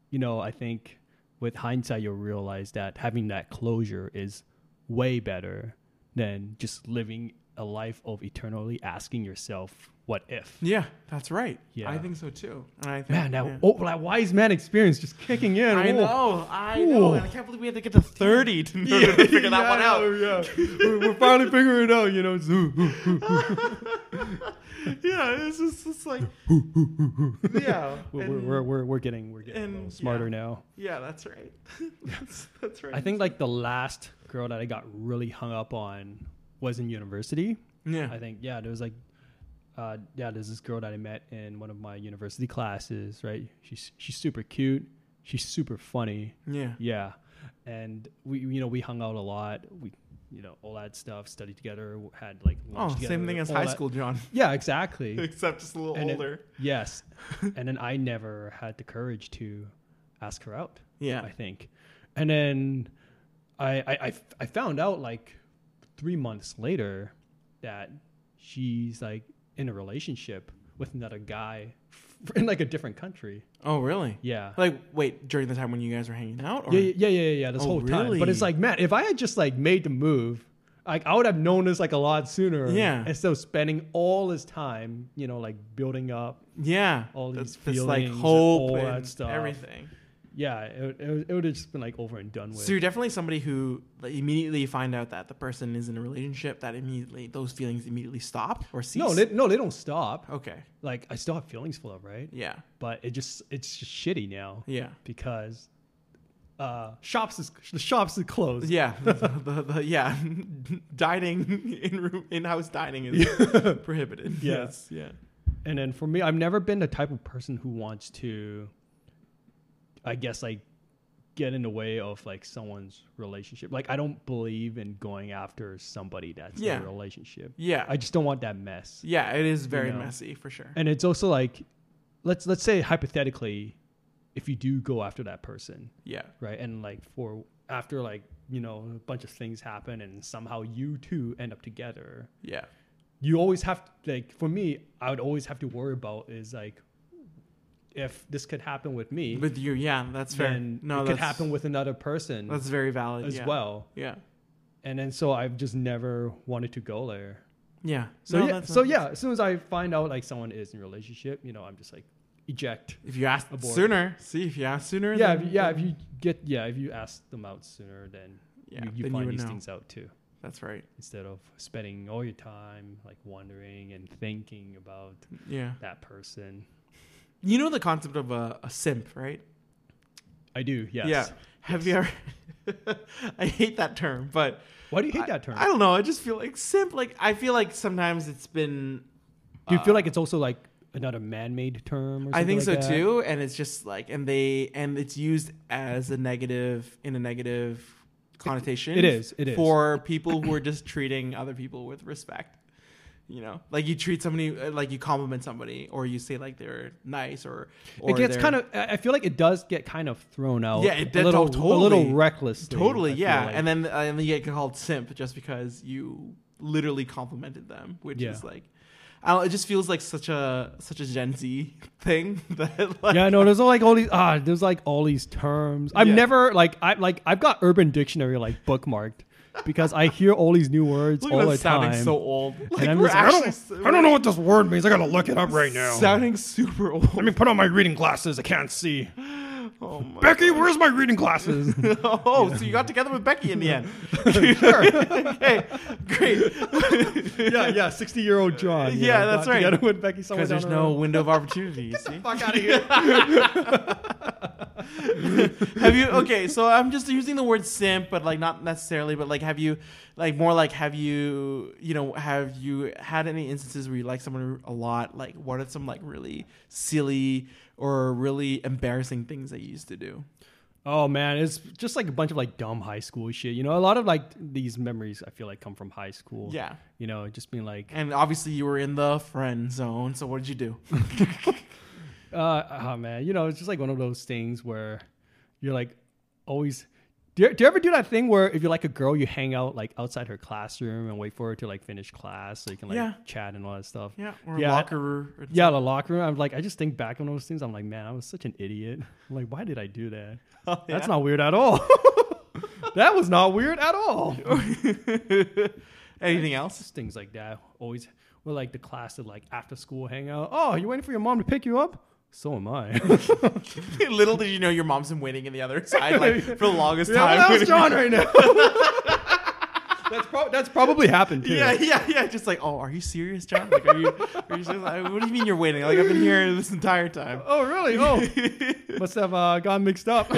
[SPEAKER 1] you know, I think with hindsight you'll realize that having that closure is way better than just living a life of eternally asking yourself, "What if?"
[SPEAKER 2] Yeah, that's right.
[SPEAKER 1] Yeah.
[SPEAKER 2] I think so too. And I think,
[SPEAKER 1] Man, that
[SPEAKER 2] yeah.
[SPEAKER 1] oh, that wise man experience just kicking in.
[SPEAKER 2] I
[SPEAKER 1] Whoa.
[SPEAKER 2] know, I know,
[SPEAKER 1] Ooh.
[SPEAKER 2] and I can't believe we had to get to thirty to, in order to figure that
[SPEAKER 1] Yeah,
[SPEAKER 2] one out.
[SPEAKER 1] yeah. we're, we're finally figuring it out, you know.
[SPEAKER 2] yeah, it's just it's like yeah,
[SPEAKER 1] we're,
[SPEAKER 2] and-
[SPEAKER 1] we're, we're, we're getting we're getting a
[SPEAKER 2] and-
[SPEAKER 1] little smarter
[SPEAKER 2] yeah.
[SPEAKER 1] now.
[SPEAKER 2] yeah, that's right. that's, that's right.
[SPEAKER 1] I think like the last girl that I got really hung up on was in university.
[SPEAKER 2] yeah,
[SPEAKER 1] I think yeah, there was like uh, yeah, there's this girl that I met in one of my university classes. Right, she's she's super cute. She's super funny.
[SPEAKER 2] yeah,
[SPEAKER 1] Yeah, and we you know we hung out a lot. We you know all that stuff, studied together, had like lunch
[SPEAKER 2] Oh,
[SPEAKER 1] together,
[SPEAKER 2] same thing as
[SPEAKER 1] all
[SPEAKER 2] high
[SPEAKER 1] that-
[SPEAKER 2] school, John,
[SPEAKER 1] Yeah, exactly.
[SPEAKER 2] except just a little
[SPEAKER 1] And it-
[SPEAKER 2] older.
[SPEAKER 1] yes, and then I never had the courage to ask her out.
[SPEAKER 2] yeah,
[SPEAKER 1] I think. And then I, I, I, I found out like three months later that she's like in a relationship with another guy f- in like a different country.
[SPEAKER 2] oh, really?
[SPEAKER 1] Yeah.
[SPEAKER 2] Like, wait, during the time when you guys were hanging out, or
[SPEAKER 1] Yeah, yeah, yeah, yeah, yeah. This
[SPEAKER 2] Oh,
[SPEAKER 1] whole time. But it's
[SPEAKER 2] really?
[SPEAKER 1] like, man, if I had just like made the move, like I would have known this like a lot sooner.
[SPEAKER 2] Yeah.
[SPEAKER 1] Instead of spending all this time, you know, like building up.
[SPEAKER 2] yeah,
[SPEAKER 1] All
[SPEAKER 2] that's-
[SPEAKER 1] these
[SPEAKER 2] that's like
[SPEAKER 1] feelings and
[SPEAKER 2] hope
[SPEAKER 1] all
[SPEAKER 2] and
[SPEAKER 1] that stuff.
[SPEAKER 2] everything.
[SPEAKER 1] Yeah, it, would- it, would- it would have just been like over and done with.
[SPEAKER 2] So you're definitely somebody who like, immediately you find out that the person is in a relationship that immediately those feelings immediately stop or cease.
[SPEAKER 1] no, they, no, they don't stop.
[SPEAKER 2] okay,
[SPEAKER 1] Like I still have feelings for them, right?
[SPEAKER 2] yeah,
[SPEAKER 1] but it just it's just shitty now
[SPEAKER 2] yeah.
[SPEAKER 1] because uh shops is the shops is closed
[SPEAKER 2] Yeah, the, the, the, yeah, dining in room in house dining is prohibited.
[SPEAKER 1] Yeah.
[SPEAKER 2] Yes, yeah,
[SPEAKER 1] and then for me i've never been the type of person who wants to i guess like get in the way of like someone's relationship like i don't believe in going after somebody that's
[SPEAKER 2] Yeah.
[SPEAKER 1] in a relationship
[SPEAKER 2] yeah,
[SPEAKER 1] i just don't want that mess
[SPEAKER 2] yeah. It is very
[SPEAKER 1] know.
[SPEAKER 2] messy for sure.
[SPEAKER 1] and it's also like let's let's say hypothetically if you do go after that person
[SPEAKER 2] Yeah,
[SPEAKER 1] right and like for after like you know a bunch of things happen and somehow you two end up together
[SPEAKER 2] yeah,
[SPEAKER 1] you always have to, like for me i would always have to worry about is like if this could happen with me
[SPEAKER 2] with you, yeah, that's fair.
[SPEAKER 1] then
[SPEAKER 2] no,
[SPEAKER 1] it
[SPEAKER 2] that's,
[SPEAKER 1] could happen with another person
[SPEAKER 2] That's very valid
[SPEAKER 1] as
[SPEAKER 2] yeah.
[SPEAKER 1] well
[SPEAKER 2] Yeah,
[SPEAKER 1] and then so i've just never wanted to go there
[SPEAKER 2] yeah.
[SPEAKER 1] so
[SPEAKER 2] No,
[SPEAKER 1] yeah
[SPEAKER 2] that's
[SPEAKER 1] so
[SPEAKER 2] not-
[SPEAKER 1] yeah as soon as i find out like someone is in a relationship you know i'm just like eject
[SPEAKER 2] If you ask
[SPEAKER 1] Abort.
[SPEAKER 2] sooner, see if you ask sooner.
[SPEAKER 1] yeah if,
[SPEAKER 2] then-
[SPEAKER 1] you- yeah if you get yeah if you ask them out sooner then
[SPEAKER 2] yeah,
[SPEAKER 1] you, you
[SPEAKER 2] then
[SPEAKER 1] find
[SPEAKER 2] would
[SPEAKER 1] these
[SPEAKER 2] know.
[SPEAKER 1] things out too
[SPEAKER 2] That's right.
[SPEAKER 1] instead of spending all your time like wondering and thinking about
[SPEAKER 2] Yeah,
[SPEAKER 1] that person.
[SPEAKER 2] you know the concept of a, a simp, right?
[SPEAKER 1] I do, yes.
[SPEAKER 2] Yeah. Have you ever? I hate that term, but
[SPEAKER 1] Why do you hate that term?
[SPEAKER 2] I don't know. I just feel like simp. Like I feel like sometimes it's been. uh,
[SPEAKER 1] do you feel like it's also like another man-made term? Or something
[SPEAKER 2] I think
[SPEAKER 1] like
[SPEAKER 2] so
[SPEAKER 1] that?
[SPEAKER 2] too, and it's just like, and they, and it's used as a negative in a negative connotation.
[SPEAKER 1] it is, it is.
[SPEAKER 2] for people who are just treating other people with respect. You know, like you treat somebody, uh, like you compliment somebody, or you say like they're nice, or, or
[SPEAKER 1] it gets
[SPEAKER 2] they're-
[SPEAKER 1] kind of. I I feel like it does get kind of thrown out.
[SPEAKER 2] Yeah, it
[SPEAKER 1] a
[SPEAKER 2] did-
[SPEAKER 1] little,
[SPEAKER 2] oh,
[SPEAKER 1] a little
[SPEAKER 2] totally.
[SPEAKER 1] reckless.
[SPEAKER 2] totally, yeah. And then uh, and then you get called simp just because you literally complimented them, which
[SPEAKER 1] Yeah.
[SPEAKER 2] is like, I don't. It just feels like such a such a Gen Z thing that like
[SPEAKER 1] yeah, no, there's all like all these ah, there's like all these terms. I've
[SPEAKER 2] Yeah.
[SPEAKER 1] never like I like I've got Urban Dictionary like bookmarked because I hear all these new words
[SPEAKER 2] Look
[SPEAKER 1] all
[SPEAKER 2] at
[SPEAKER 1] the
[SPEAKER 2] us sounding
[SPEAKER 1] time.
[SPEAKER 2] so old. Like
[SPEAKER 1] and I'm
[SPEAKER 2] we're
[SPEAKER 1] just, like, I
[SPEAKER 2] actually
[SPEAKER 1] don't-
[SPEAKER 2] s-
[SPEAKER 3] I don't know what this word means. I gotta look it up right
[SPEAKER 2] we're
[SPEAKER 3] now.
[SPEAKER 2] sounding super old.
[SPEAKER 3] Let me put on my reading glasses. I can't see.
[SPEAKER 2] oh, my
[SPEAKER 3] Becky, where's my reading glasses?
[SPEAKER 2] God. oh so you got together with Becky in the end. okay, great.
[SPEAKER 1] yeah, yeah, sixty year old John. you
[SPEAKER 2] Yeah,
[SPEAKER 1] know,
[SPEAKER 2] that's
[SPEAKER 1] got
[SPEAKER 2] right.
[SPEAKER 1] together with Becky somewhere
[SPEAKER 2] Because there's
[SPEAKER 1] down the road.
[SPEAKER 2] no window of opportunity. you see?
[SPEAKER 1] fuck out of here.
[SPEAKER 2] have you? Okay, so I'm just using the word simp, but like not necessarily, but like have you, like more like have you, you know, have you had any instances where you like someone a lot? Like, what are some like really silly or really embarrassing things that you used to do?
[SPEAKER 1] Oh man, it's just like a bunch of like dumb high school shit. You know, a lot of like these memories I feel like come from high school.
[SPEAKER 2] Yeah.
[SPEAKER 1] You know, just being like,
[SPEAKER 2] And obviously, you were in the friend zone. So what did you do?
[SPEAKER 1] uh, oh man, you know, it's just like one of those things where you're like always. Do you, do you ever do that thing where if you like a girl, you hang out like outside her classroom and wait for her to like finish class so you can like
[SPEAKER 2] Yeah.
[SPEAKER 1] chat and all that stuff?
[SPEAKER 2] Yeah, or
[SPEAKER 1] Yeah,
[SPEAKER 2] locker room. or-
[SPEAKER 1] Yeah, the locker room. I'm like, I just think back on those things. I'm like, man, I was such an idiot. I'm like, why did I do that?
[SPEAKER 2] Oh, yeah.
[SPEAKER 1] That's not weird at all. that was not weird at all.
[SPEAKER 2] Anything else?
[SPEAKER 1] Just things like that. Always, we're like the class of like after school hangout. Oh, you waiting for your mom to pick you up? So am I.
[SPEAKER 2] Little did you know your mom's been waiting in the other side like for the longest
[SPEAKER 1] Yeah,
[SPEAKER 2] time.
[SPEAKER 1] what else, John, right now? that's, prob- that's probably happened too.
[SPEAKER 2] Yeah, yeah, yeah. Just like, oh, are you serious, John? Like, are you? Are you serious? Like, what do you mean you're waiting? Like, I've been here this entire time.
[SPEAKER 1] Oh, really? Oh, must have uh, gone mixed up.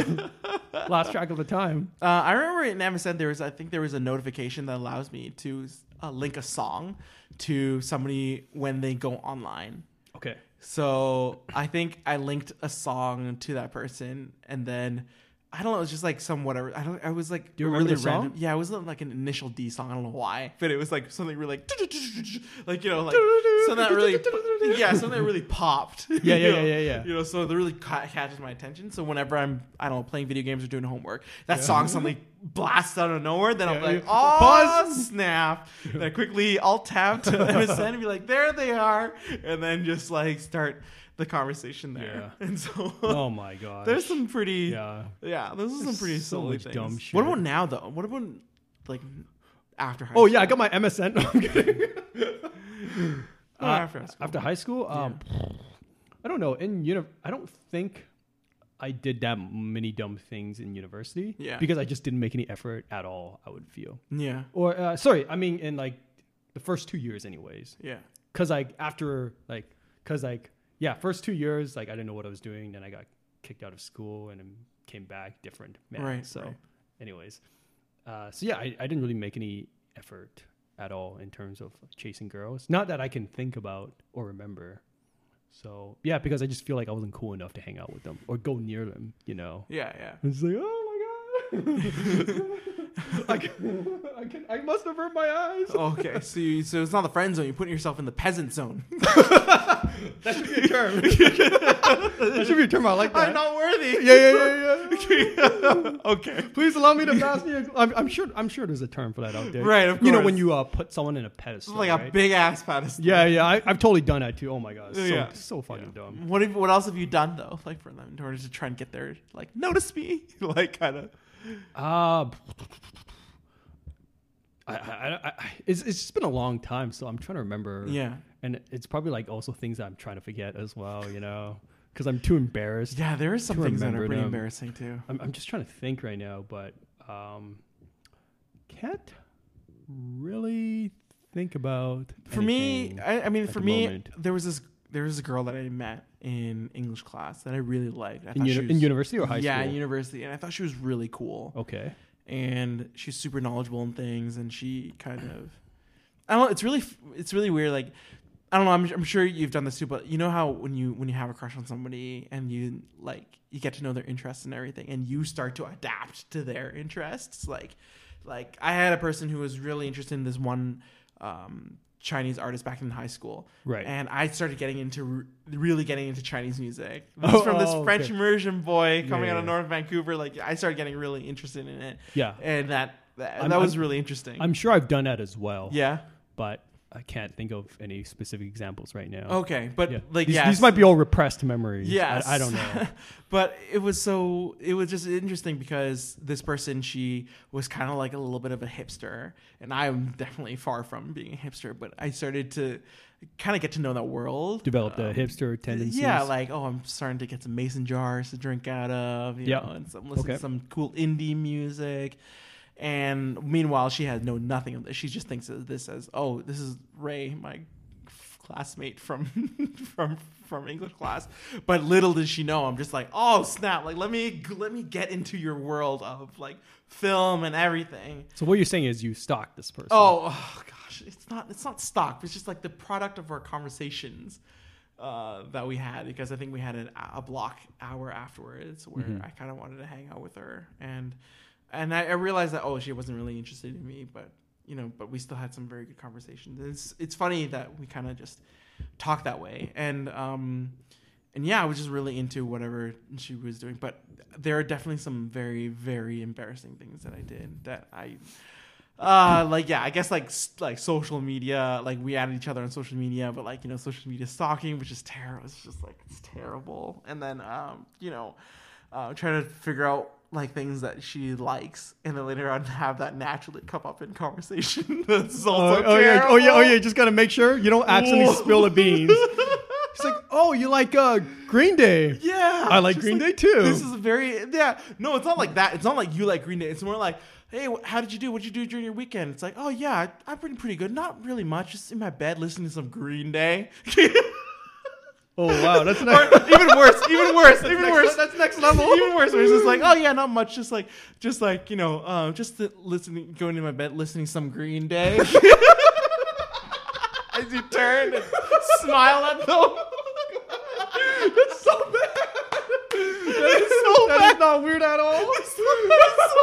[SPEAKER 1] Lost track of the time.
[SPEAKER 2] Uh, I remember in MSN there was, I think there was a notification that allows me to uh, link a song to somebody when they go online.
[SPEAKER 1] Okay.
[SPEAKER 2] So I think I linked a song to that person, and then I don't know. It was just like some whatever. I don't. I was like,
[SPEAKER 1] Do you remember
[SPEAKER 2] really
[SPEAKER 1] the song?
[SPEAKER 2] random. Yeah, it was like an initial D song. I don't know why, but it was like something really like, like you know, like something that really, yeah, something that really popped.
[SPEAKER 1] yeah,
[SPEAKER 2] you know?
[SPEAKER 1] yeah, yeah, yeah.
[SPEAKER 2] You know, so it really ca- catches my attention. So whenever I'm, I don't know, playing video games or doing homework, that song suddenly blasts out of nowhere. Then I'm
[SPEAKER 1] Yeah,
[SPEAKER 2] like,
[SPEAKER 1] you-
[SPEAKER 2] oh
[SPEAKER 1] Pause.
[SPEAKER 2] snap. Then I quickly I'll tap to MSN and be like, there they are. And then just like start the conversation there. And so
[SPEAKER 1] Oh my Uh, god.
[SPEAKER 2] there's some pretty, yeah,
[SPEAKER 1] yeah.
[SPEAKER 2] those are some pretty
[SPEAKER 1] so
[SPEAKER 2] silly
[SPEAKER 1] much
[SPEAKER 2] things.
[SPEAKER 1] dumb
[SPEAKER 2] What
[SPEAKER 1] shit.
[SPEAKER 2] about now though? What about like after
[SPEAKER 1] Oh
[SPEAKER 2] high school?
[SPEAKER 1] yeah, I got my MSN. No, I'm kidding.
[SPEAKER 2] Oh, after high school.
[SPEAKER 1] After high school, um, I don't know. In uni- I don't think I did that many dumb things in university.
[SPEAKER 2] Yeah.
[SPEAKER 1] Because I just didn't make any effort at all. I would feel.
[SPEAKER 2] Yeah.
[SPEAKER 1] Or uh, sorry, I mean in like the first two years, anyways.
[SPEAKER 2] Yeah.
[SPEAKER 1] Cause like after like, cause like yeah, first two years like I didn't know what I was doing. Then I got kicked out of school and then came back different man.
[SPEAKER 2] Right,
[SPEAKER 1] So,
[SPEAKER 2] right.
[SPEAKER 1] anyways, uh, so yeah, I, I didn't really make any effort at all in terms of chasing girls. Not that I can think about or remember. So yeah, because I just feel like I wasn't cool enough to hang out with them or go near them. You know.
[SPEAKER 2] Yeah. Yeah.
[SPEAKER 1] It's like, oh my god, I, can, I, can, I must have hurt my eyes.
[SPEAKER 2] Okay, so you, so it's not the friend zone. You're putting yourself in the peasant zone.
[SPEAKER 1] That should be a term. that should be a term. I like that.
[SPEAKER 2] I'm not worthy.
[SPEAKER 1] Yeah, yeah, yeah, yeah.
[SPEAKER 2] Okay.
[SPEAKER 1] Please allow me to pass me. A, I'm, I'm sure. I'm sure there's a term for that out there.
[SPEAKER 2] Right, of
[SPEAKER 1] You know
[SPEAKER 2] course.
[SPEAKER 1] when you uh, put someone in a pedestal.
[SPEAKER 2] Like a
[SPEAKER 1] right?
[SPEAKER 2] big ass pedestal.
[SPEAKER 1] Yeah, yeah. I, I've totally done that too. Oh my god, so,
[SPEAKER 2] Yeah.
[SPEAKER 1] so fucking dumb.
[SPEAKER 2] What have, what else have you done though, like for them in order to try and get their like notice me, like kind of
[SPEAKER 1] Uh, I, I, I, I, it's, it's just been a long time, so I'm trying to remember.
[SPEAKER 2] yeah
[SPEAKER 1] and it's probably like also things that I'm trying to forget as well. You know, because I'm too embarrassed.
[SPEAKER 2] yeah there are some things that are
[SPEAKER 1] remember
[SPEAKER 2] pretty
[SPEAKER 1] them.
[SPEAKER 2] embarrassing too.
[SPEAKER 1] I'm, I'm just trying to think right now, but um, can't really think about.
[SPEAKER 2] For me,
[SPEAKER 1] anything.
[SPEAKER 2] I, I mean,
[SPEAKER 1] at
[SPEAKER 2] for
[SPEAKER 1] the
[SPEAKER 2] me,
[SPEAKER 1] moment.
[SPEAKER 2] there was this there was a girl that I met in English class that I really liked. I
[SPEAKER 1] in,
[SPEAKER 2] thought she
[SPEAKER 1] uni-
[SPEAKER 2] was-
[SPEAKER 1] in university or high
[SPEAKER 2] yeah, in
[SPEAKER 1] school?
[SPEAKER 2] university, and I thought she was really cool.
[SPEAKER 1] okay.
[SPEAKER 2] and she's super knowledgeable in things and she kind of i don't know it's really it's really weird like i don't know I'm, I'm sure you've done this too but you know how when you when you have a crush on somebody and you like you get to know their interests and everything and you start to adapt to their interests like like i had a person who was really interested in this one um chinese artist back in high school
[SPEAKER 1] Right.
[SPEAKER 2] and i started getting into re- really getting into chinese music this
[SPEAKER 1] Oh,
[SPEAKER 2] is from this
[SPEAKER 1] oh,
[SPEAKER 2] french
[SPEAKER 1] okay.
[SPEAKER 2] immersion boy coming out of
[SPEAKER 1] yeah.
[SPEAKER 2] north vancouver like i started getting really interested in it
[SPEAKER 1] Yeah.
[SPEAKER 2] and that that,
[SPEAKER 1] I'm-
[SPEAKER 2] that was
[SPEAKER 1] I'm-
[SPEAKER 2] really interesting.
[SPEAKER 1] I'm sure I've done that as well.
[SPEAKER 2] yeah.
[SPEAKER 1] But I can't think of any specific examples right now.
[SPEAKER 2] Okay, Oh, but
[SPEAKER 1] Yeah.
[SPEAKER 2] like
[SPEAKER 1] these,
[SPEAKER 2] yeah,
[SPEAKER 1] these might be all repressed memories.
[SPEAKER 2] Yes.
[SPEAKER 1] I, I don't know.
[SPEAKER 2] but it was so it was just interesting because this person she was kind of like a little bit of a hipster, and I'm definitely far from being a hipster. But I started to kind of get to know that world.
[SPEAKER 1] Develop the
[SPEAKER 2] Um,
[SPEAKER 1] hipster tendencies.
[SPEAKER 2] Yeah, like oh, I'm starting to get some mason jars to drink out of. You
[SPEAKER 1] Yeah.
[SPEAKER 2] know, and some listen
[SPEAKER 1] Okay.
[SPEAKER 2] to some cool indie music. And meanwhile, she has no nothing of this. She just thinks of this as oh, this is Ray, my classmate from from from English class. But little did she know, I'm just like oh snap! Like let me let me get into your world of like film and everything.
[SPEAKER 1] so what you're saying is you stalked this person.
[SPEAKER 2] Oh, oh, gosh, it's not it's not stock. It's just like the product of our conversations uh, that we had because I think we had an, a block hour afterwards where I kind of wanted to hang out with her and and I, I realized that oh she wasn't really interested in me but you know but we still had some very good conversations. It's it's funny that we kind of just talk that way and um and yeah I was just really into whatever she was doing but there are definitely some very very embarrassing things that I did that I uh, like yeah, I guess like s- like social media, like we added each other on social media, but like you know, social media stalking, which is terrible. It's just like it's terrible. And then um, you know, uh, trying to figure out like things that she likes, and then later on have that naturally come up in conversation. That's also
[SPEAKER 1] oh, yeah, oh yeah, oh yeah.
[SPEAKER 2] terrible.
[SPEAKER 1] Just gotta make sure you don't accidentally
[SPEAKER 2] Whoa.
[SPEAKER 1] spill the beans. It's like, oh, you like uh, Green Day?
[SPEAKER 2] Yeah,
[SPEAKER 1] I like
[SPEAKER 2] just
[SPEAKER 1] Green Day too.
[SPEAKER 2] This is a very yeah. No, it's not like that. It's not like you like Green Day. It's more like, hey, wh- how did you do? What would you do during your weekend? It's like, oh yeah, I, I've been pretty good. Not really much. Just in my bed listening to some Green Day.
[SPEAKER 1] Oh wow, that's
[SPEAKER 2] or
[SPEAKER 1] nice.
[SPEAKER 2] even worse, even worse, even
[SPEAKER 1] next-
[SPEAKER 2] worse.
[SPEAKER 1] that's next level.
[SPEAKER 2] even worse. Where it's just like, oh yeah, not much. Just like, just like you know, um, just the listening, going to my bed, listening to some Green Day. As you turn and smile at them. That's so bad. That is so bad.
[SPEAKER 1] that is not weird at all.
[SPEAKER 2] It's so weird. It's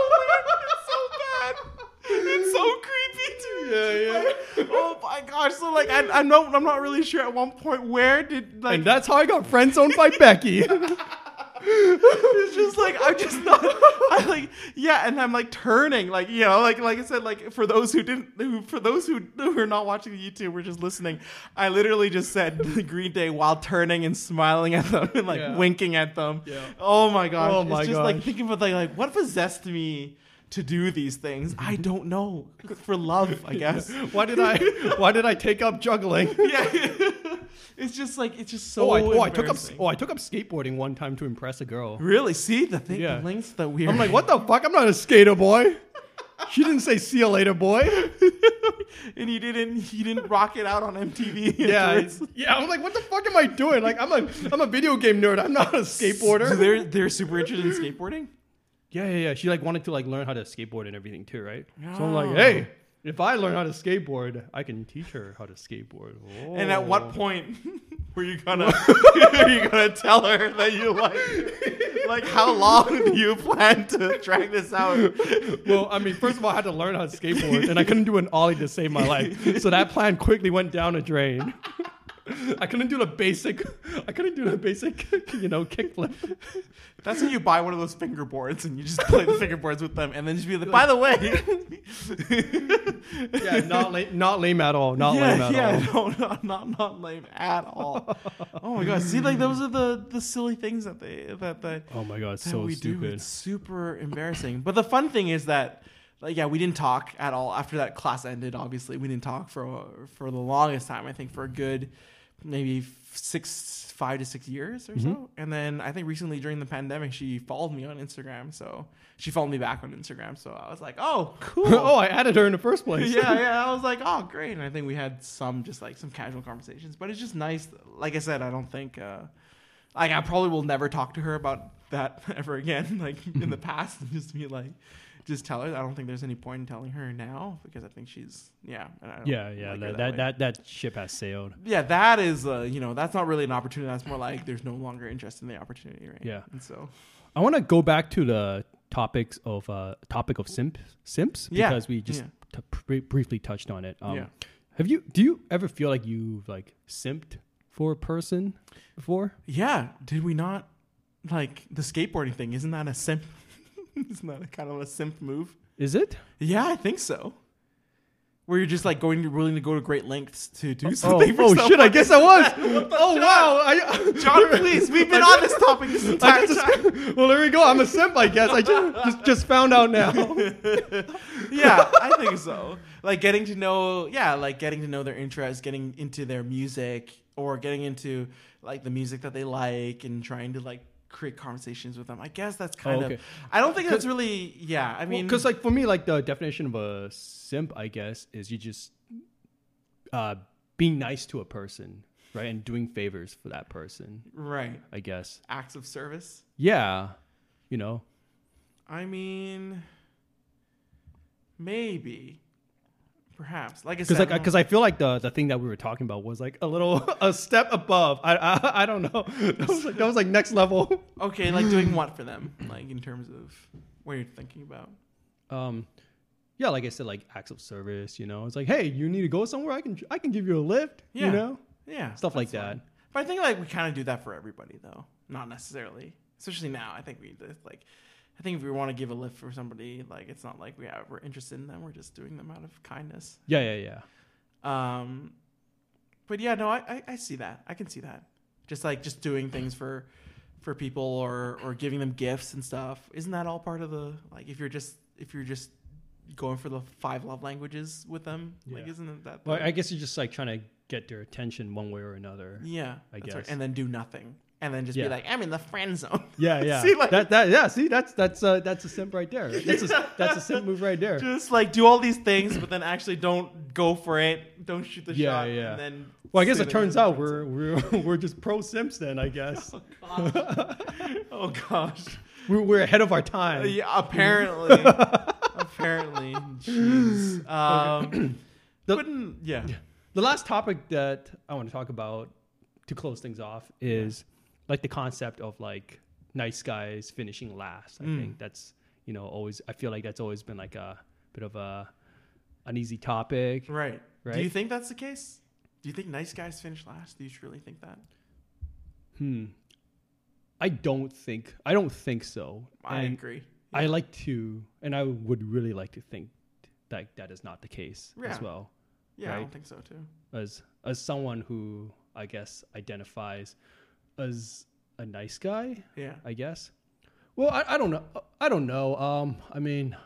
[SPEAKER 2] so bad. It's so creepy too.
[SPEAKER 1] Yeah, yeah.
[SPEAKER 2] oh my gosh. So like, I, I'm not. I'm not really sure. At one point, where did like?
[SPEAKER 1] And that's how I got friend zoned by Becky.
[SPEAKER 2] it's just like I'm just not. I like yeah, and I'm like turning like you know like like I said like for those who didn't who for those who who are not watching the YouTube, we're just listening. I literally just said the Green Day while turning and smiling at them and like
[SPEAKER 1] Yeah.
[SPEAKER 2] winking at them.
[SPEAKER 1] Yeah.
[SPEAKER 2] Oh my gosh.
[SPEAKER 1] Oh my
[SPEAKER 2] it's just like
[SPEAKER 1] gosh.
[SPEAKER 2] thinking about like, like what possessed me to do these things. I don't know. For love, I guess.
[SPEAKER 1] why did I? Why did I take up juggling?
[SPEAKER 2] yeah. it's just like it's just so.
[SPEAKER 1] oh, I, oh, I took up.
[SPEAKER 2] embarrassing.
[SPEAKER 1] Oh, I took up skateboarding one time to impress a girl.
[SPEAKER 2] Really? See the thing,
[SPEAKER 1] Yeah.
[SPEAKER 2] the links that we.
[SPEAKER 1] I'm like, what the fuck? I'm not a skater boy. She didn't say see you later, boy.
[SPEAKER 2] and he didn't he didn't rock it out on MTV.
[SPEAKER 1] Yeah,
[SPEAKER 2] afterwards.
[SPEAKER 1] I- yeah. I'm like, what the fuck am I doing? Like, I'm a, I'm a video game nerd. I'm not a
[SPEAKER 2] So
[SPEAKER 1] skateboarder.
[SPEAKER 2] they're they're super interested in skateboarding.
[SPEAKER 1] Yeah, yeah, yeah. She like wanted to like learn how to skateboard and everything too, right? So I'm
[SPEAKER 2] Oh.
[SPEAKER 1] like, hey, if I learn how to skateboard, I can teach her how to skateboard.
[SPEAKER 2] And at
[SPEAKER 1] Oh.
[SPEAKER 2] what point were you gonna were you gonna tell her that you like like how long do you plan to drag this out?
[SPEAKER 1] Oh. Well, I mean, first of all, I had to learn how to skateboard, and I couldn't do an ollie to save my life. So that plan quickly went down a drain. I couldn't do the basic. I couldn't do the basic, you know, kickflip.
[SPEAKER 2] That's when you buy one of those fingerboards and you just play the fingerboards with them and then just be like, by the way.
[SPEAKER 1] Yeah, not lame, not lame at all. Not lame at all.
[SPEAKER 2] yeah, no, no, not not lame at all. oh my god! See, like those are the the silly things that they that that
[SPEAKER 1] Oh my god,
[SPEAKER 2] that
[SPEAKER 1] so
[SPEAKER 2] we do.
[SPEAKER 1] stupid.
[SPEAKER 2] It's super embarrassing. But the fun thing is that, like, yeah, we didn't talk at all after that class ended. Obviously, we didn't talk for for the longest time. I think for a good maybe f- six, five to six years or
[SPEAKER 1] Mm-hmm.
[SPEAKER 2] so. And then I think recently during the pandemic, she followed me on Instagram. So she followed me back on Instagram. So I was like, oh, cool.
[SPEAKER 1] oh, I added her in the first place.
[SPEAKER 2] yeah, yeah. I was like, oh, great. And I think we had some just like some casual conversations, but it's just nice. Like I said, I don't think uh, like I probably will never talk to her about that ever again. Like in the past, and just be like, just tell her. I don't think there's any point in telling her now because I think she's yeah. And I don't
[SPEAKER 1] yeah, yeah.
[SPEAKER 2] like her
[SPEAKER 1] that,
[SPEAKER 2] way.
[SPEAKER 1] that that that ship has sailed.
[SPEAKER 2] yeah, that is uh, you know that's not really an opportunity. That's more like there's no longer interest in the opportunity, right?
[SPEAKER 1] Yeah.
[SPEAKER 2] And so
[SPEAKER 1] I want to go back to the topics of uh, topic of simp simps
[SPEAKER 2] Yeah,
[SPEAKER 1] because we just
[SPEAKER 2] yeah.
[SPEAKER 1] t- br- briefly touched on it. Um,
[SPEAKER 2] Yeah.
[SPEAKER 1] Have you? Do you ever feel like you've like simped for a person before?
[SPEAKER 2] yeah, did we not like the skateboarding thing? Isn't that a simp? Isn't that a kind of a simp move?
[SPEAKER 1] Is it?
[SPEAKER 2] Yeah, I think so. Where you're just like going to willing to go to great lengths to do
[SPEAKER 1] Oh,
[SPEAKER 2] something. for
[SPEAKER 1] oh
[SPEAKER 2] someone.
[SPEAKER 1] shit! I guess I was. oh wow! I,
[SPEAKER 2] John, please, we've been on this topic this
[SPEAKER 1] I
[SPEAKER 2] entire
[SPEAKER 1] just,
[SPEAKER 2] time.
[SPEAKER 1] well, there we go. I'm a simp, I guess. I just just, just found out now.
[SPEAKER 2] Yeah, I think so. Like getting to know, yeah, like getting to know their interests, getting into their music, or getting into like the music that they like, and trying to like create conversations with them. I guess that's kind
[SPEAKER 1] Oh, okay.
[SPEAKER 2] of. I don't think that's really. Yeah, I mean,
[SPEAKER 1] because like for me like the definition of a simp i guess is you just uh being nice to a person right and doing favors for that person
[SPEAKER 2] right,
[SPEAKER 1] i guess
[SPEAKER 2] acts of service.
[SPEAKER 1] yeah you know
[SPEAKER 2] I mean, maybe, perhaps. Like I said,
[SPEAKER 1] because like
[SPEAKER 2] I don't-
[SPEAKER 1] because I, feel like the the thing that we were talking about was like a little a step above i i, I don't know that was, like, that was like next level
[SPEAKER 2] okay, like doing what for them, like in terms of what you're thinking about.
[SPEAKER 1] um yeah like i said like acts of service you know it's like hey you need to go somewhere i can i can give you a lift
[SPEAKER 2] Yeah.
[SPEAKER 1] you know
[SPEAKER 2] Yeah,
[SPEAKER 1] stuff like
[SPEAKER 2] that's
[SPEAKER 1] that
[SPEAKER 2] fine. But I think like we kind of do that for everybody, though. Not necessarily, especially now. I think we just, like. I think if we want to give a lift for somebody, like it's not like we have, we're interested in them. We're just doing them out of kindness.
[SPEAKER 1] yeah yeah yeah
[SPEAKER 2] Um, but yeah, no, I, I, I see that. I can see that. Just like just doing things for for people or or giving them gifts and stuff. Isn't that all part of the like if you're just if you're just going for the five love languages with them? Like
[SPEAKER 1] Yeah.
[SPEAKER 2] isn't that the-
[SPEAKER 1] Well, I guess you're just like trying to get their attention one way or another.
[SPEAKER 2] yeah,
[SPEAKER 1] I
[SPEAKER 2] that's
[SPEAKER 1] guess.
[SPEAKER 2] And then do nothing. And then just
[SPEAKER 1] Yeah.
[SPEAKER 2] be like, I'm in the friend zone.
[SPEAKER 1] Yeah, yeah.
[SPEAKER 2] See, like-
[SPEAKER 1] that, that, yeah. See, that's that's uh, that's a simp right there. That's a, that's a simp move right there.
[SPEAKER 2] just like do all these things, but then actually don't go for it. Don't shoot the
[SPEAKER 1] Yeah,
[SPEAKER 2] shot.
[SPEAKER 1] yeah.
[SPEAKER 2] And then
[SPEAKER 1] Well, I guess
[SPEAKER 2] say
[SPEAKER 1] it
[SPEAKER 2] that you're
[SPEAKER 1] turns
[SPEAKER 2] in the
[SPEAKER 1] out
[SPEAKER 2] friend zone.
[SPEAKER 1] we're we're we're just pro simps then. I guess
[SPEAKER 2] Oh gosh.
[SPEAKER 1] we're we're ahead of our time.
[SPEAKER 2] Uh, Yeah, apparently. apparently. Jeez. Um,
[SPEAKER 1] The-
[SPEAKER 2] wouldn't, yeah.
[SPEAKER 1] The last topic that I want to talk about to close things off is like the concept of like nice guys finishing last. I
[SPEAKER 2] Mm.
[SPEAKER 1] think that's you know always I feel like that's always been like a bit of a an easy topic.
[SPEAKER 2] Right. Do you
[SPEAKER 1] Right?
[SPEAKER 2] think that's the case? Do you think nice guys finish last? Do you truly think that?
[SPEAKER 1] Hmm. I don't think I don't think so.
[SPEAKER 2] I
[SPEAKER 1] And
[SPEAKER 2] agree.
[SPEAKER 1] I like to and I would really like to think that that is not the case
[SPEAKER 2] Yeah.
[SPEAKER 1] as well.
[SPEAKER 2] Yeah, I
[SPEAKER 1] right.
[SPEAKER 2] don't think so too.
[SPEAKER 1] as as someone who I guess identifies as a nice guy,
[SPEAKER 2] Yeah.
[SPEAKER 1] I guess. Well, I, I don't know. I don't know. Um, I mean,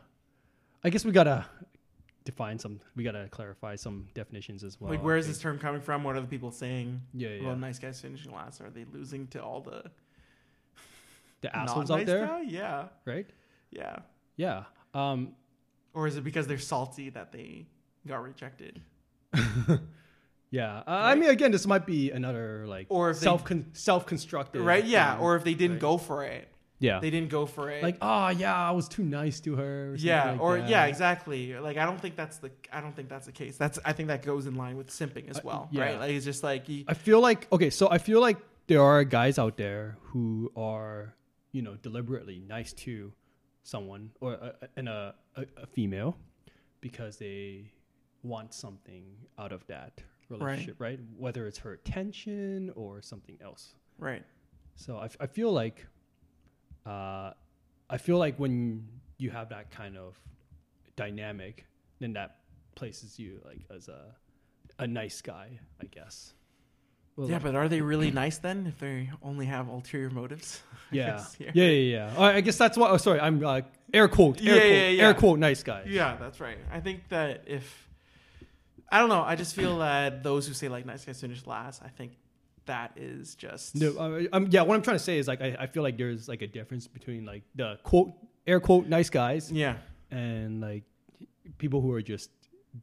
[SPEAKER 1] I guess we gotta define some. We gotta clarify some definitions as well.
[SPEAKER 2] like, where
[SPEAKER 1] I
[SPEAKER 2] is
[SPEAKER 1] think.
[SPEAKER 2] this term coming from? What are the people saying
[SPEAKER 1] Yeah, yeah.
[SPEAKER 2] about nice guys finishing last? Are they losing to all the
[SPEAKER 1] the
[SPEAKER 2] not
[SPEAKER 1] assholes
[SPEAKER 2] nice
[SPEAKER 1] out there,
[SPEAKER 2] guy? Yeah.
[SPEAKER 1] right?
[SPEAKER 2] Yeah.
[SPEAKER 1] Yeah. Um,
[SPEAKER 2] Or is it because they're salty that they got rejected?
[SPEAKER 1] yeah. Uh, I mean, again, this might be another like
[SPEAKER 2] Or if they-
[SPEAKER 1] self con- self constructed,
[SPEAKER 2] Right? Yeah. Or if they didn't go for it.
[SPEAKER 1] yeah,
[SPEAKER 2] They didn't go for it.
[SPEAKER 1] like oh yeah, I was too nice to her. Or something
[SPEAKER 2] yeah
[SPEAKER 1] like
[SPEAKER 2] or
[SPEAKER 1] that.
[SPEAKER 2] yeah exactly like i don't think that's the i don't think that's the case that's i think that goes in line with simping as well
[SPEAKER 1] Uh, yeah.
[SPEAKER 2] right like it's just like you,
[SPEAKER 1] I feel like okay, so I feel like there are guys out there who are, you know, deliberately nice to someone or a, a- and a, a, a female because they want something out of that relationship, right. Whether it's her attention or something else.
[SPEAKER 2] right
[SPEAKER 1] So I, f- I feel like, uh, I feel like when you have that kind of dynamic, then that places you like as a a nice guy, I guess. Well,
[SPEAKER 2] yeah but are they really nice then if they only have ulterior motives I
[SPEAKER 1] Yeah.
[SPEAKER 2] guess,
[SPEAKER 1] yeah, yeah, yeah. All right, I guess that's why. Oh, sorry, I'm like air quote, air
[SPEAKER 2] Yeah,
[SPEAKER 1] quote,
[SPEAKER 2] yeah, yeah.
[SPEAKER 1] air quote, nice guy.
[SPEAKER 2] Yeah, that's right i think that if i don't know i just feel that those who say like nice guys finish last i think that is just
[SPEAKER 1] No, uh, I, I'm, yeah. What I'm trying to say is like I, I feel like there's like a difference between like the quote air quote nice guys
[SPEAKER 2] yeah
[SPEAKER 1] and like people who are just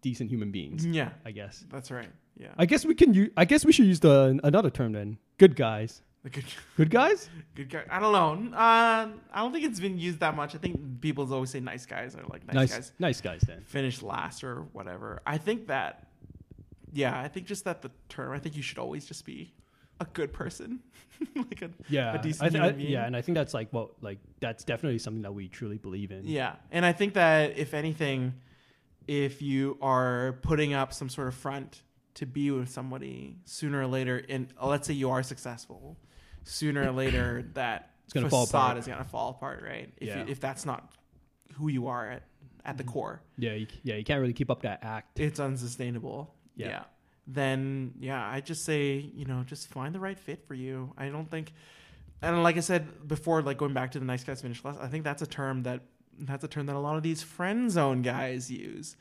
[SPEAKER 1] decent human beings.
[SPEAKER 2] yeah
[SPEAKER 1] I guess.
[SPEAKER 2] that's right yeah
[SPEAKER 1] I guess we can use. I guess we should use the another term then. Good guys.
[SPEAKER 2] The good,
[SPEAKER 1] Good guys.
[SPEAKER 2] good guy. I don't know. Uh, I don't think it's been used that much. I think people always say nice guys are like nice guys.
[SPEAKER 1] nice guys. Then.
[SPEAKER 2] finish last or whatever. I think that, yeah, I think just that the term. I think you should always just be a good person, like a
[SPEAKER 1] Yeah.
[SPEAKER 2] a decent
[SPEAKER 1] I thi- I-
[SPEAKER 2] human being.
[SPEAKER 1] yeah, and I think that's like what like that's definitely something that we truly believe in.
[SPEAKER 2] Yeah, and I think that if anything, if you are putting up some sort of front to be with somebody sooner or later, and let's say you are successful, sooner or later that
[SPEAKER 1] It's gonna fall apart.
[SPEAKER 2] is gonna fall apart, right? If
[SPEAKER 1] Yeah. Mm-hmm.
[SPEAKER 2] you, if that's not who you are at at the core.
[SPEAKER 1] Yeah. You, yeah. You can't really keep up that act.
[SPEAKER 2] it's unsustainable. Yeah.
[SPEAKER 1] Yeah.
[SPEAKER 2] Then yeah, I just say, you know, just find the right fit for you. I don't think and like I said before, like going back to the nice guys finish last, I think that's a term that that's a term that a lot of these friend zone guys use.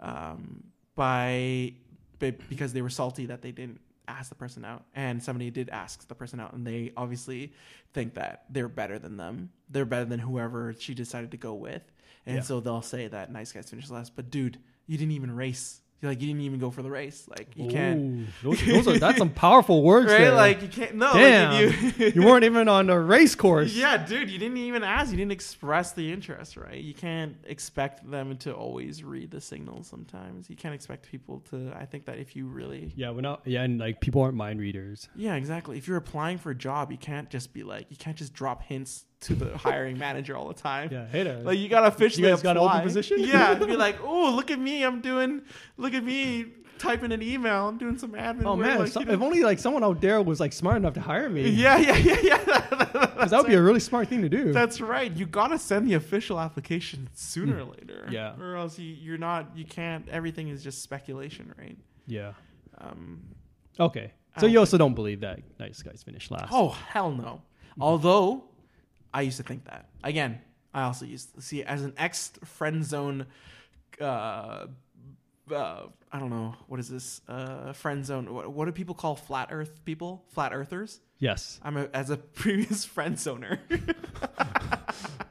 [SPEAKER 2] Um by be- because they were salty that they didn't ask the person out and somebody did ask the person out and they obviously think that they're better than them they're better than whoever she decided to go with and
[SPEAKER 1] Yeah.
[SPEAKER 2] so they'll say that nice guys finish last but dude you didn't even race You're like you didn't even go for the race like you can't
[SPEAKER 1] Ooh, those, those are that's some powerful words.
[SPEAKER 2] right
[SPEAKER 1] there.
[SPEAKER 2] like oh, you can't no like,
[SPEAKER 1] damn,
[SPEAKER 2] if
[SPEAKER 1] you weren't even on a race course.
[SPEAKER 2] yeah, dude, you didn't even ask. You didn't express the interest, right? You can't expect them to always read the signals sometimes. You can't expect people to. I think that if you really.
[SPEAKER 1] Yeah, we're not. Yeah, and like people aren't mind readers.
[SPEAKER 2] Yeah, exactly. If you're applying for a job, you can't just be like. You can't just drop hints to the hiring manager all the time.
[SPEAKER 1] Yeah, hey there.
[SPEAKER 2] Like you gotta officially
[SPEAKER 1] guys
[SPEAKER 2] apply.
[SPEAKER 1] got an open position?
[SPEAKER 2] Yeah, and be like, oh, look at me, I'm doing. Look at me typing an email. I'm doing some admin.
[SPEAKER 1] oh
[SPEAKER 2] work,
[SPEAKER 1] man,
[SPEAKER 2] like,
[SPEAKER 1] if, so,
[SPEAKER 2] you know.
[SPEAKER 1] if only like someone out there was like smart enough to hire me.
[SPEAKER 2] Yeah, yeah, yeah, yeah.
[SPEAKER 1] 'Cause that would be a really smart thing to do.
[SPEAKER 2] That's right. You gotta send the official application sooner or later.
[SPEAKER 1] Hmm. Yeah.
[SPEAKER 2] Or else you, you're not. You can't. Everything is just speculation, right?
[SPEAKER 1] yeah.
[SPEAKER 2] Um,
[SPEAKER 1] Okay. So
[SPEAKER 2] I don't
[SPEAKER 1] Ah, you also don't believe that nice guys finish last.
[SPEAKER 2] oh hell no. Although I used to think that. Again, I also used to see it as an ex friend zone. Uh, uh, I don't know what is this uh, friend zone. What, what do people call flat Earth people? Flat Earthers.
[SPEAKER 1] Yes.
[SPEAKER 2] I'm a, as a previous friend zoner.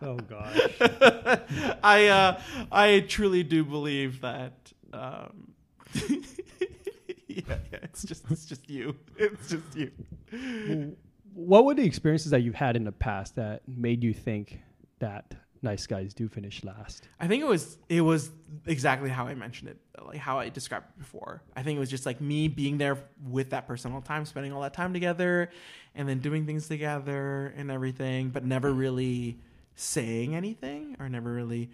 [SPEAKER 1] Oh gosh.
[SPEAKER 2] I uh, I truly do believe that. Um, yeah, yeah, it's just it's just you. It's just you.
[SPEAKER 1] what were the experiences that you've had in the past that made you think that nice guys do finish last?
[SPEAKER 2] I think it was it was exactly how I mentioned it, like how I described it before. I think it was just like me being there with that person all the time, spending all that time together, and then doing things together and everything, but never really saying anything or never really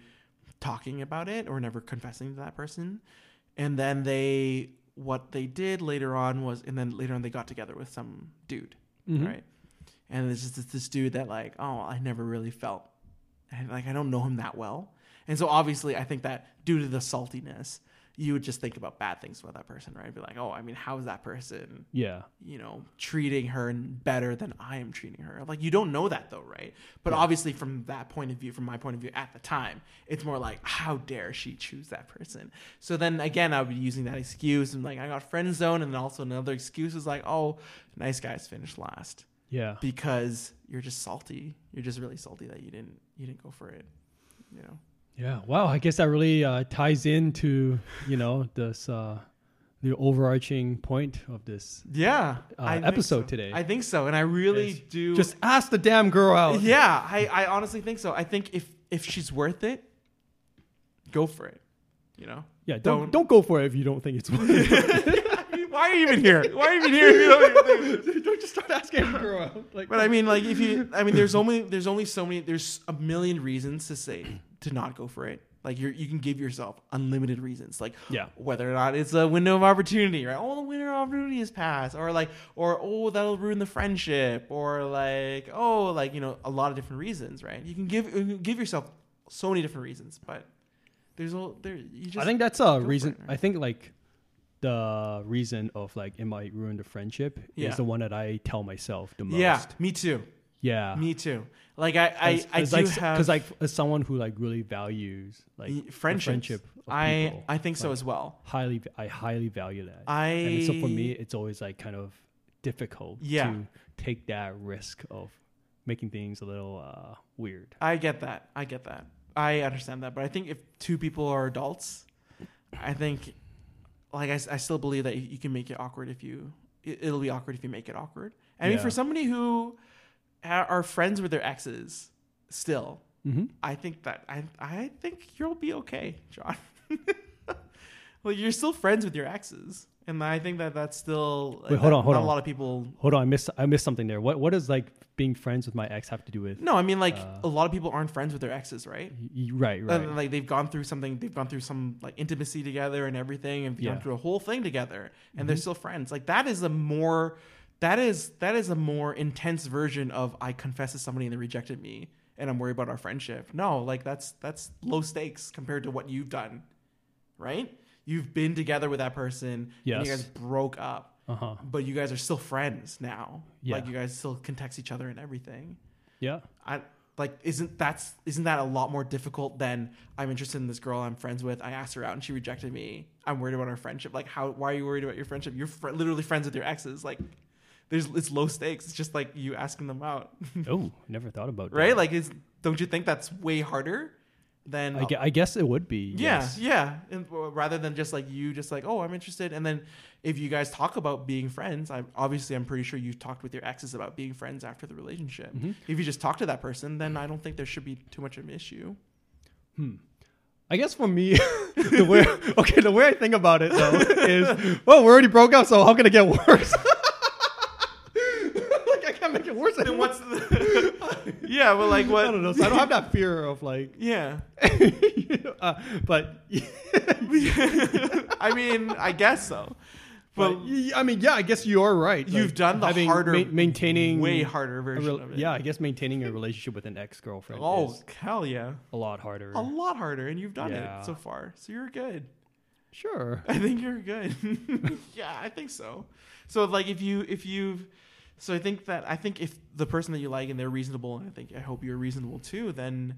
[SPEAKER 2] talking about it or never confessing to that person. And then they what they did later on was and then later on they got together with some dude, right? And there's just this, this dude that like, oh, I never really felt and like I don't know him that well. And so obviously I think that due to the saltiness, you would just think about bad things about that person, right? Be like, oh, I mean, how is that person,
[SPEAKER 1] Yeah.
[SPEAKER 2] you know, treating her better than I am treating her? Like you don't know that though, right? But obviously from that point of view, from my point of view at the time, it's more like, how dare she choose that person? So then again, I would be using that excuse and like I got friend zoned, and then also another excuse is like, oh, nice guys finish last
[SPEAKER 1] Yeah.
[SPEAKER 2] because you're just salty. You're just really salty that you didn't you didn't go for it. You know.
[SPEAKER 1] Yeah. Wow. I guess that really uh, ties into you know this uh, the overarching point of this.
[SPEAKER 2] Yeah.
[SPEAKER 1] Uh,
[SPEAKER 2] I think
[SPEAKER 1] episode
[SPEAKER 2] so.
[SPEAKER 1] today
[SPEAKER 2] I think so, and I really
[SPEAKER 1] is
[SPEAKER 2] do.
[SPEAKER 1] Just ask the damn girl out.
[SPEAKER 2] yeah, I I honestly think so. I think if if she's worth it, go for it. You know.
[SPEAKER 1] Yeah. Don't don't, go for it if you don't think it's worth it.
[SPEAKER 2] I mean, why are you even here? Why are you even here? if you don't even think-
[SPEAKER 1] don't just start asking every girl out. Like,
[SPEAKER 2] But I mean, like, if you, I mean, there's only there's only so many. There's a million reasons to say to not go for it. Like you, you can give yourself unlimited reasons. Like,
[SPEAKER 1] Yeah.
[SPEAKER 2] whether or not it's a window of opportunity, right? Oh, the window of opportunity is passed, or like, or oh, that'll ruin the friendship, or like, oh, like you know, a lot of different reasons, right? You can give you can give yourself so many different reasons, but there's all there. You just
[SPEAKER 1] I think that's a
[SPEAKER 2] for
[SPEAKER 1] reason.
[SPEAKER 2] it.
[SPEAKER 1] I think like the reason of like it might ruin the friendship
[SPEAKER 2] Yeah.
[SPEAKER 1] is the one that I tell myself the most.
[SPEAKER 2] yeah, me too,
[SPEAKER 1] Yeah.
[SPEAKER 2] me too. Like I, I, I do
[SPEAKER 1] like,
[SPEAKER 2] have
[SPEAKER 1] because like as someone who like really values like the
[SPEAKER 2] friendships.
[SPEAKER 1] friendship. Of
[SPEAKER 2] I,
[SPEAKER 1] people,
[SPEAKER 2] I think so
[SPEAKER 1] like,
[SPEAKER 2] as well.
[SPEAKER 1] highly I highly value that.
[SPEAKER 2] I
[SPEAKER 1] and so for me, it's always like kind of difficult
[SPEAKER 2] Yeah.
[SPEAKER 1] to take that risk of making things a little uh, weird.
[SPEAKER 2] I get that. I get that. I understand that. But I think if two people are adults, I think, like, I, s- I still believe that you can make it awkward if you, it, will be awkward if you make it awkward. I mean,
[SPEAKER 1] Yeah.
[SPEAKER 2] for somebody who ha- are friends with their exes still,
[SPEAKER 1] Mm-hmm.
[SPEAKER 2] I think that, I, I think you'll be okay, John. like, you're still friends with your exes. And I think that that's still,
[SPEAKER 1] Wait, hold on, hold
[SPEAKER 2] not
[SPEAKER 1] on.
[SPEAKER 2] a lot of people
[SPEAKER 1] Hold on, I missed I missed something there. What what does like being friends with my ex have to do with?
[SPEAKER 2] no, I mean, like
[SPEAKER 1] Uh,
[SPEAKER 2] a lot of people aren't friends with their exes, right?
[SPEAKER 1] Y- y- Right, right.
[SPEAKER 2] And then, Uh, like they've gone through something, they've gone through some like intimacy together and everything, and
[SPEAKER 1] Yeah. Mm-hmm.
[SPEAKER 2] gone through a whole thing together, and they're still friends. Like that is a more, that is that is a more intense version of I confess to somebody and they rejected me, and I'm worried about our friendship. No, like that's that's low stakes compared to what you've done, right? You've been together with that person, and
[SPEAKER 1] Yes.
[SPEAKER 2] you guys broke up,
[SPEAKER 1] uh huh.
[SPEAKER 2] but you guys are still friends now.
[SPEAKER 1] Yeah.
[SPEAKER 2] Like you guys still can text each other and everything.
[SPEAKER 1] Yeah.
[SPEAKER 2] I like isn't that's isn't that a lot more difficult than I'm interested in this girl I'm friends with. I asked her out and she rejected me. I'm worried about our friendship. Like how why are you worried about your friendship? You're fr- literally friends with your exes. Like there's it's low stakes. It's just like you asking them out,
[SPEAKER 1] Oh, never thought about
[SPEAKER 2] right?
[SPEAKER 1] that.
[SPEAKER 2] Like is don't you think that's way harder than
[SPEAKER 1] I, gue- I guess it would be.
[SPEAKER 2] yeah,
[SPEAKER 1] yes.
[SPEAKER 2] yeah. And, w- rather than just like you, just like oh, I'm interested, and then if you guys talk about being friends, I'm obviously I'm pretty sure you've talked with your exes about being friends after the relationship.
[SPEAKER 1] Mm-hmm.
[SPEAKER 2] If you just talk to that person, then I don't think there should be too much of an issue.
[SPEAKER 1] I guess for me, the way okay, the way I think about it though is, well, we already broke up, so how can it get worse? like I can't make it worse.
[SPEAKER 2] Then
[SPEAKER 1] anymore.
[SPEAKER 2] what's the yeah? Well, like what?
[SPEAKER 1] I don't know. So I don't have that fear of like,
[SPEAKER 2] Yeah,
[SPEAKER 1] you know, uh, but
[SPEAKER 2] I mean, I guess so.
[SPEAKER 1] but
[SPEAKER 2] But
[SPEAKER 1] y- I mean, yeah, I guess you are right.
[SPEAKER 2] You've done the
[SPEAKER 1] having-
[SPEAKER 2] harder-
[SPEAKER 1] maintaining
[SPEAKER 2] way harder
[SPEAKER 1] a
[SPEAKER 2] version
[SPEAKER 1] rel-
[SPEAKER 2] of it.
[SPEAKER 1] Yeah, I guess maintaining a relationship with an ex girlfriend
[SPEAKER 2] Oh
[SPEAKER 1] is
[SPEAKER 2] hell yeah,
[SPEAKER 1] a lot harder.
[SPEAKER 2] a lot harder, and you've done
[SPEAKER 1] Yeah.
[SPEAKER 2] it so far, so you're good.
[SPEAKER 1] Sure.
[SPEAKER 2] I think you're good. yeah, I think so. So like if you if you've So I think that I think if the person that you like and they're reasonable, and I think I hope you're reasonable too, then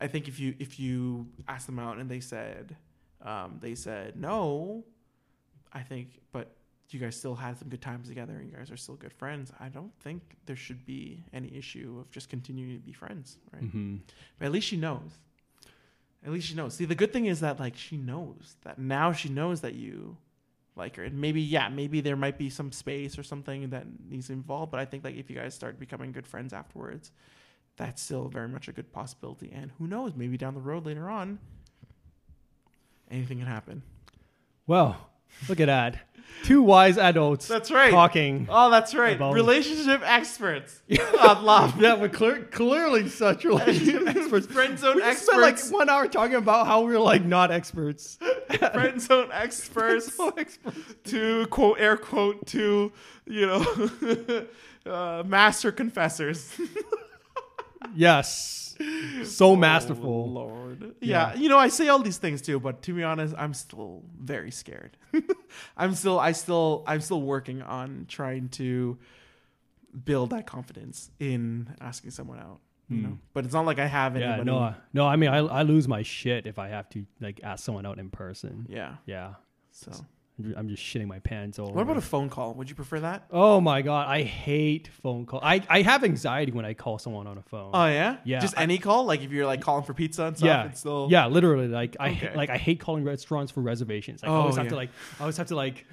[SPEAKER 2] I think if you if you ask them out and they said um, they said no, I think but you guys still had some good times together and you guys are still good friends. I don't think there should be any issue of just continuing to be friends, right?
[SPEAKER 1] Mm-hmm.
[SPEAKER 2] But at least she knows. At least she knows. See, the good thing is that like she knows that now she knows that you like her, and maybe yeah, maybe there might be some space or something that needs involved. But I think like if you guys start becoming good friends afterwards, that's still very much a good possibility. And who knows, maybe down the road later on, anything can happen.
[SPEAKER 1] Well, look at that. Two wise adults
[SPEAKER 2] That's right.
[SPEAKER 1] talking.
[SPEAKER 2] Oh, that's right.
[SPEAKER 1] About-
[SPEAKER 2] Relationship experts on love.
[SPEAKER 1] Yeah, we're clear, clearly such relationship experts.
[SPEAKER 2] Friend zone
[SPEAKER 1] we just spent like
[SPEAKER 2] experts.
[SPEAKER 1] one hour talking about how we're like not experts.
[SPEAKER 2] Friend zone experts.
[SPEAKER 1] So experts.
[SPEAKER 2] to quote air quote to you know uh, master confessors
[SPEAKER 1] Yes. So
[SPEAKER 2] Oh,
[SPEAKER 1] masterful.
[SPEAKER 2] lord
[SPEAKER 1] Yeah.
[SPEAKER 2] yeah. you know i say all these things too but to be honest i'm still very scared i'm still i still i'm still working on trying to build that confidence in asking someone out you know but it's not like i have
[SPEAKER 1] Hmm. Yeah,
[SPEAKER 2] anybody
[SPEAKER 1] no, I- no. I mean, I, I lose my shit if I have to like ask someone out in person.
[SPEAKER 2] yeah
[SPEAKER 1] Yeah,
[SPEAKER 2] so
[SPEAKER 1] I'm ju- I'm just shitting my pants all.
[SPEAKER 2] what about
[SPEAKER 1] over.
[SPEAKER 2] a phone call would you prefer that
[SPEAKER 1] Oh my god, I hate phone calls. I, I have anxiety when I call someone on a phone.
[SPEAKER 2] oh yeah
[SPEAKER 1] Uh, Yeah,
[SPEAKER 2] just
[SPEAKER 1] I-
[SPEAKER 2] any call like if you're like calling for pizza and stuff
[SPEAKER 1] yeah,
[SPEAKER 2] it's still
[SPEAKER 1] yeah, literally. Like I
[SPEAKER 2] Okay.
[SPEAKER 1] like I hate calling restaurants for reservations. Like, I
[SPEAKER 2] Oh,
[SPEAKER 1] always have
[SPEAKER 2] yeah.
[SPEAKER 1] to like I always have to like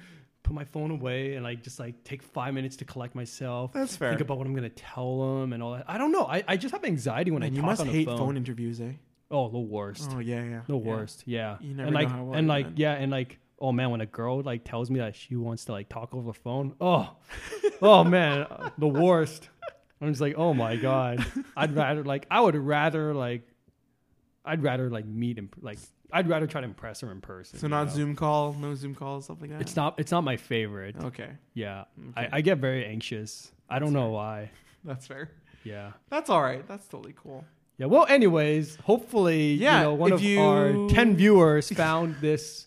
[SPEAKER 1] put my phone away and like just like take five minutes to collect myself.
[SPEAKER 2] That's fair.
[SPEAKER 1] Think about what I'm gonna tell them and all that. I don't know. I, I just have anxiety when
[SPEAKER 2] and
[SPEAKER 1] I
[SPEAKER 2] you
[SPEAKER 1] talk
[SPEAKER 2] must
[SPEAKER 1] on
[SPEAKER 2] hate
[SPEAKER 1] a phone.
[SPEAKER 2] phone. interviews eh
[SPEAKER 1] oh, the worst.
[SPEAKER 2] oh yeah yeah
[SPEAKER 1] the
[SPEAKER 2] yeah.
[SPEAKER 1] worst. Yeah.
[SPEAKER 2] You never
[SPEAKER 1] and
[SPEAKER 2] know
[SPEAKER 1] like
[SPEAKER 2] how it
[SPEAKER 1] and
[SPEAKER 2] will
[SPEAKER 1] like
[SPEAKER 2] end.
[SPEAKER 1] yeah and like oh man, when a girl like tells me that she wants to like talk over the phone, oh, oh man, the worst. I'm just like oh my god. I'd rather like I would rather like I'd rather like meet and like I'd rather try to impress her in person.
[SPEAKER 2] So
[SPEAKER 1] you
[SPEAKER 2] not
[SPEAKER 1] know?
[SPEAKER 2] Zoom call, no Zoom calls, stuff like that.
[SPEAKER 1] It's not. It's not my favorite.
[SPEAKER 2] okay.
[SPEAKER 1] Yeah,
[SPEAKER 2] Oh, Okay.
[SPEAKER 1] I, I get very anxious. I don't know why.
[SPEAKER 2] That's fair.
[SPEAKER 1] Yeah.
[SPEAKER 2] That's all right. That's totally cool.
[SPEAKER 1] Yeah. Well, anyways, hopefully,
[SPEAKER 2] Yeah,
[SPEAKER 1] you know, one
[SPEAKER 2] if
[SPEAKER 1] of our
[SPEAKER 2] you-
[SPEAKER 1] ten viewers found this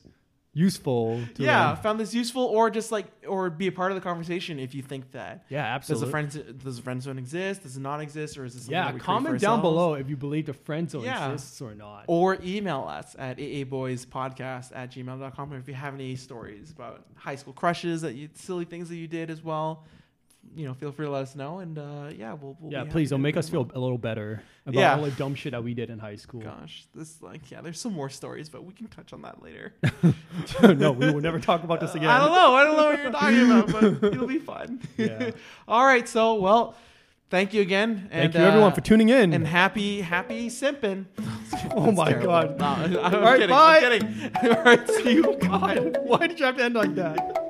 [SPEAKER 1] useful. To
[SPEAKER 2] yeah,
[SPEAKER 1] them.
[SPEAKER 2] found this useful, or just like, or be a part of the conversation if you think that
[SPEAKER 1] Yeah.
[SPEAKER 2] does
[SPEAKER 1] Absolutely.
[SPEAKER 2] the friend does the friend zone exist, does it not exist, or is this something that
[SPEAKER 1] yeah.
[SPEAKER 2] we create
[SPEAKER 1] Comment
[SPEAKER 2] for
[SPEAKER 1] down
[SPEAKER 2] ourselves?
[SPEAKER 1] below if you believe the friend zone
[SPEAKER 2] Yeah. Oh,
[SPEAKER 1] exists or not.
[SPEAKER 2] Or email us at aaboyspodcast at gmail.com if you have any stories about high school crushes, that you silly things that you did as well. You know, feel free to let us know, and uh, yeah, we'll, we'll
[SPEAKER 1] yeah.
[SPEAKER 2] be
[SPEAKER 1] Please
[SPEAKER 2] happy to
[SPEAKER 1] don't make
[SPEAKER 2] read
[SPEAKER 1] us
[SPEAKER 2] them
[SPEAKER 1] feel a little better about
[SPEAKER 2] Yeah.
[SPEAKER 1] all the dumb shit that we did in high school.
[SPEAKER 2] Gosh, this like yeah, there's some more stories, but we can touch on that later.
[SPEAKER 1] no, we will never talk about this again.
[SPEAKER 2] I don't know. I don't know what you're talking about, but it'll be fun.
[SPEAKER 1] Yeah.
[SPEAKER 2] All right. So, well, thank you again. And,
[SPEAKER 1] Thank you everyone
[SPEAKER 2] uh,
[SPEAKER 1] for tuning in.
[SPEAKER 2] And happy, happy simping.
[SPEAKER 1] oh my
[SPEAKER 2] Terrible.
[SPEAKER 1] god.
[SPEAKER 2] No, I'm
[SPEAKER 1] All right,
[SPEAKER 2] kidding.
[SPEAKER 1] bye. Oh
[SPEAKER 2] I'm kidding. All right. See you.
[SPEAKER 1] God, why did you have to end like that?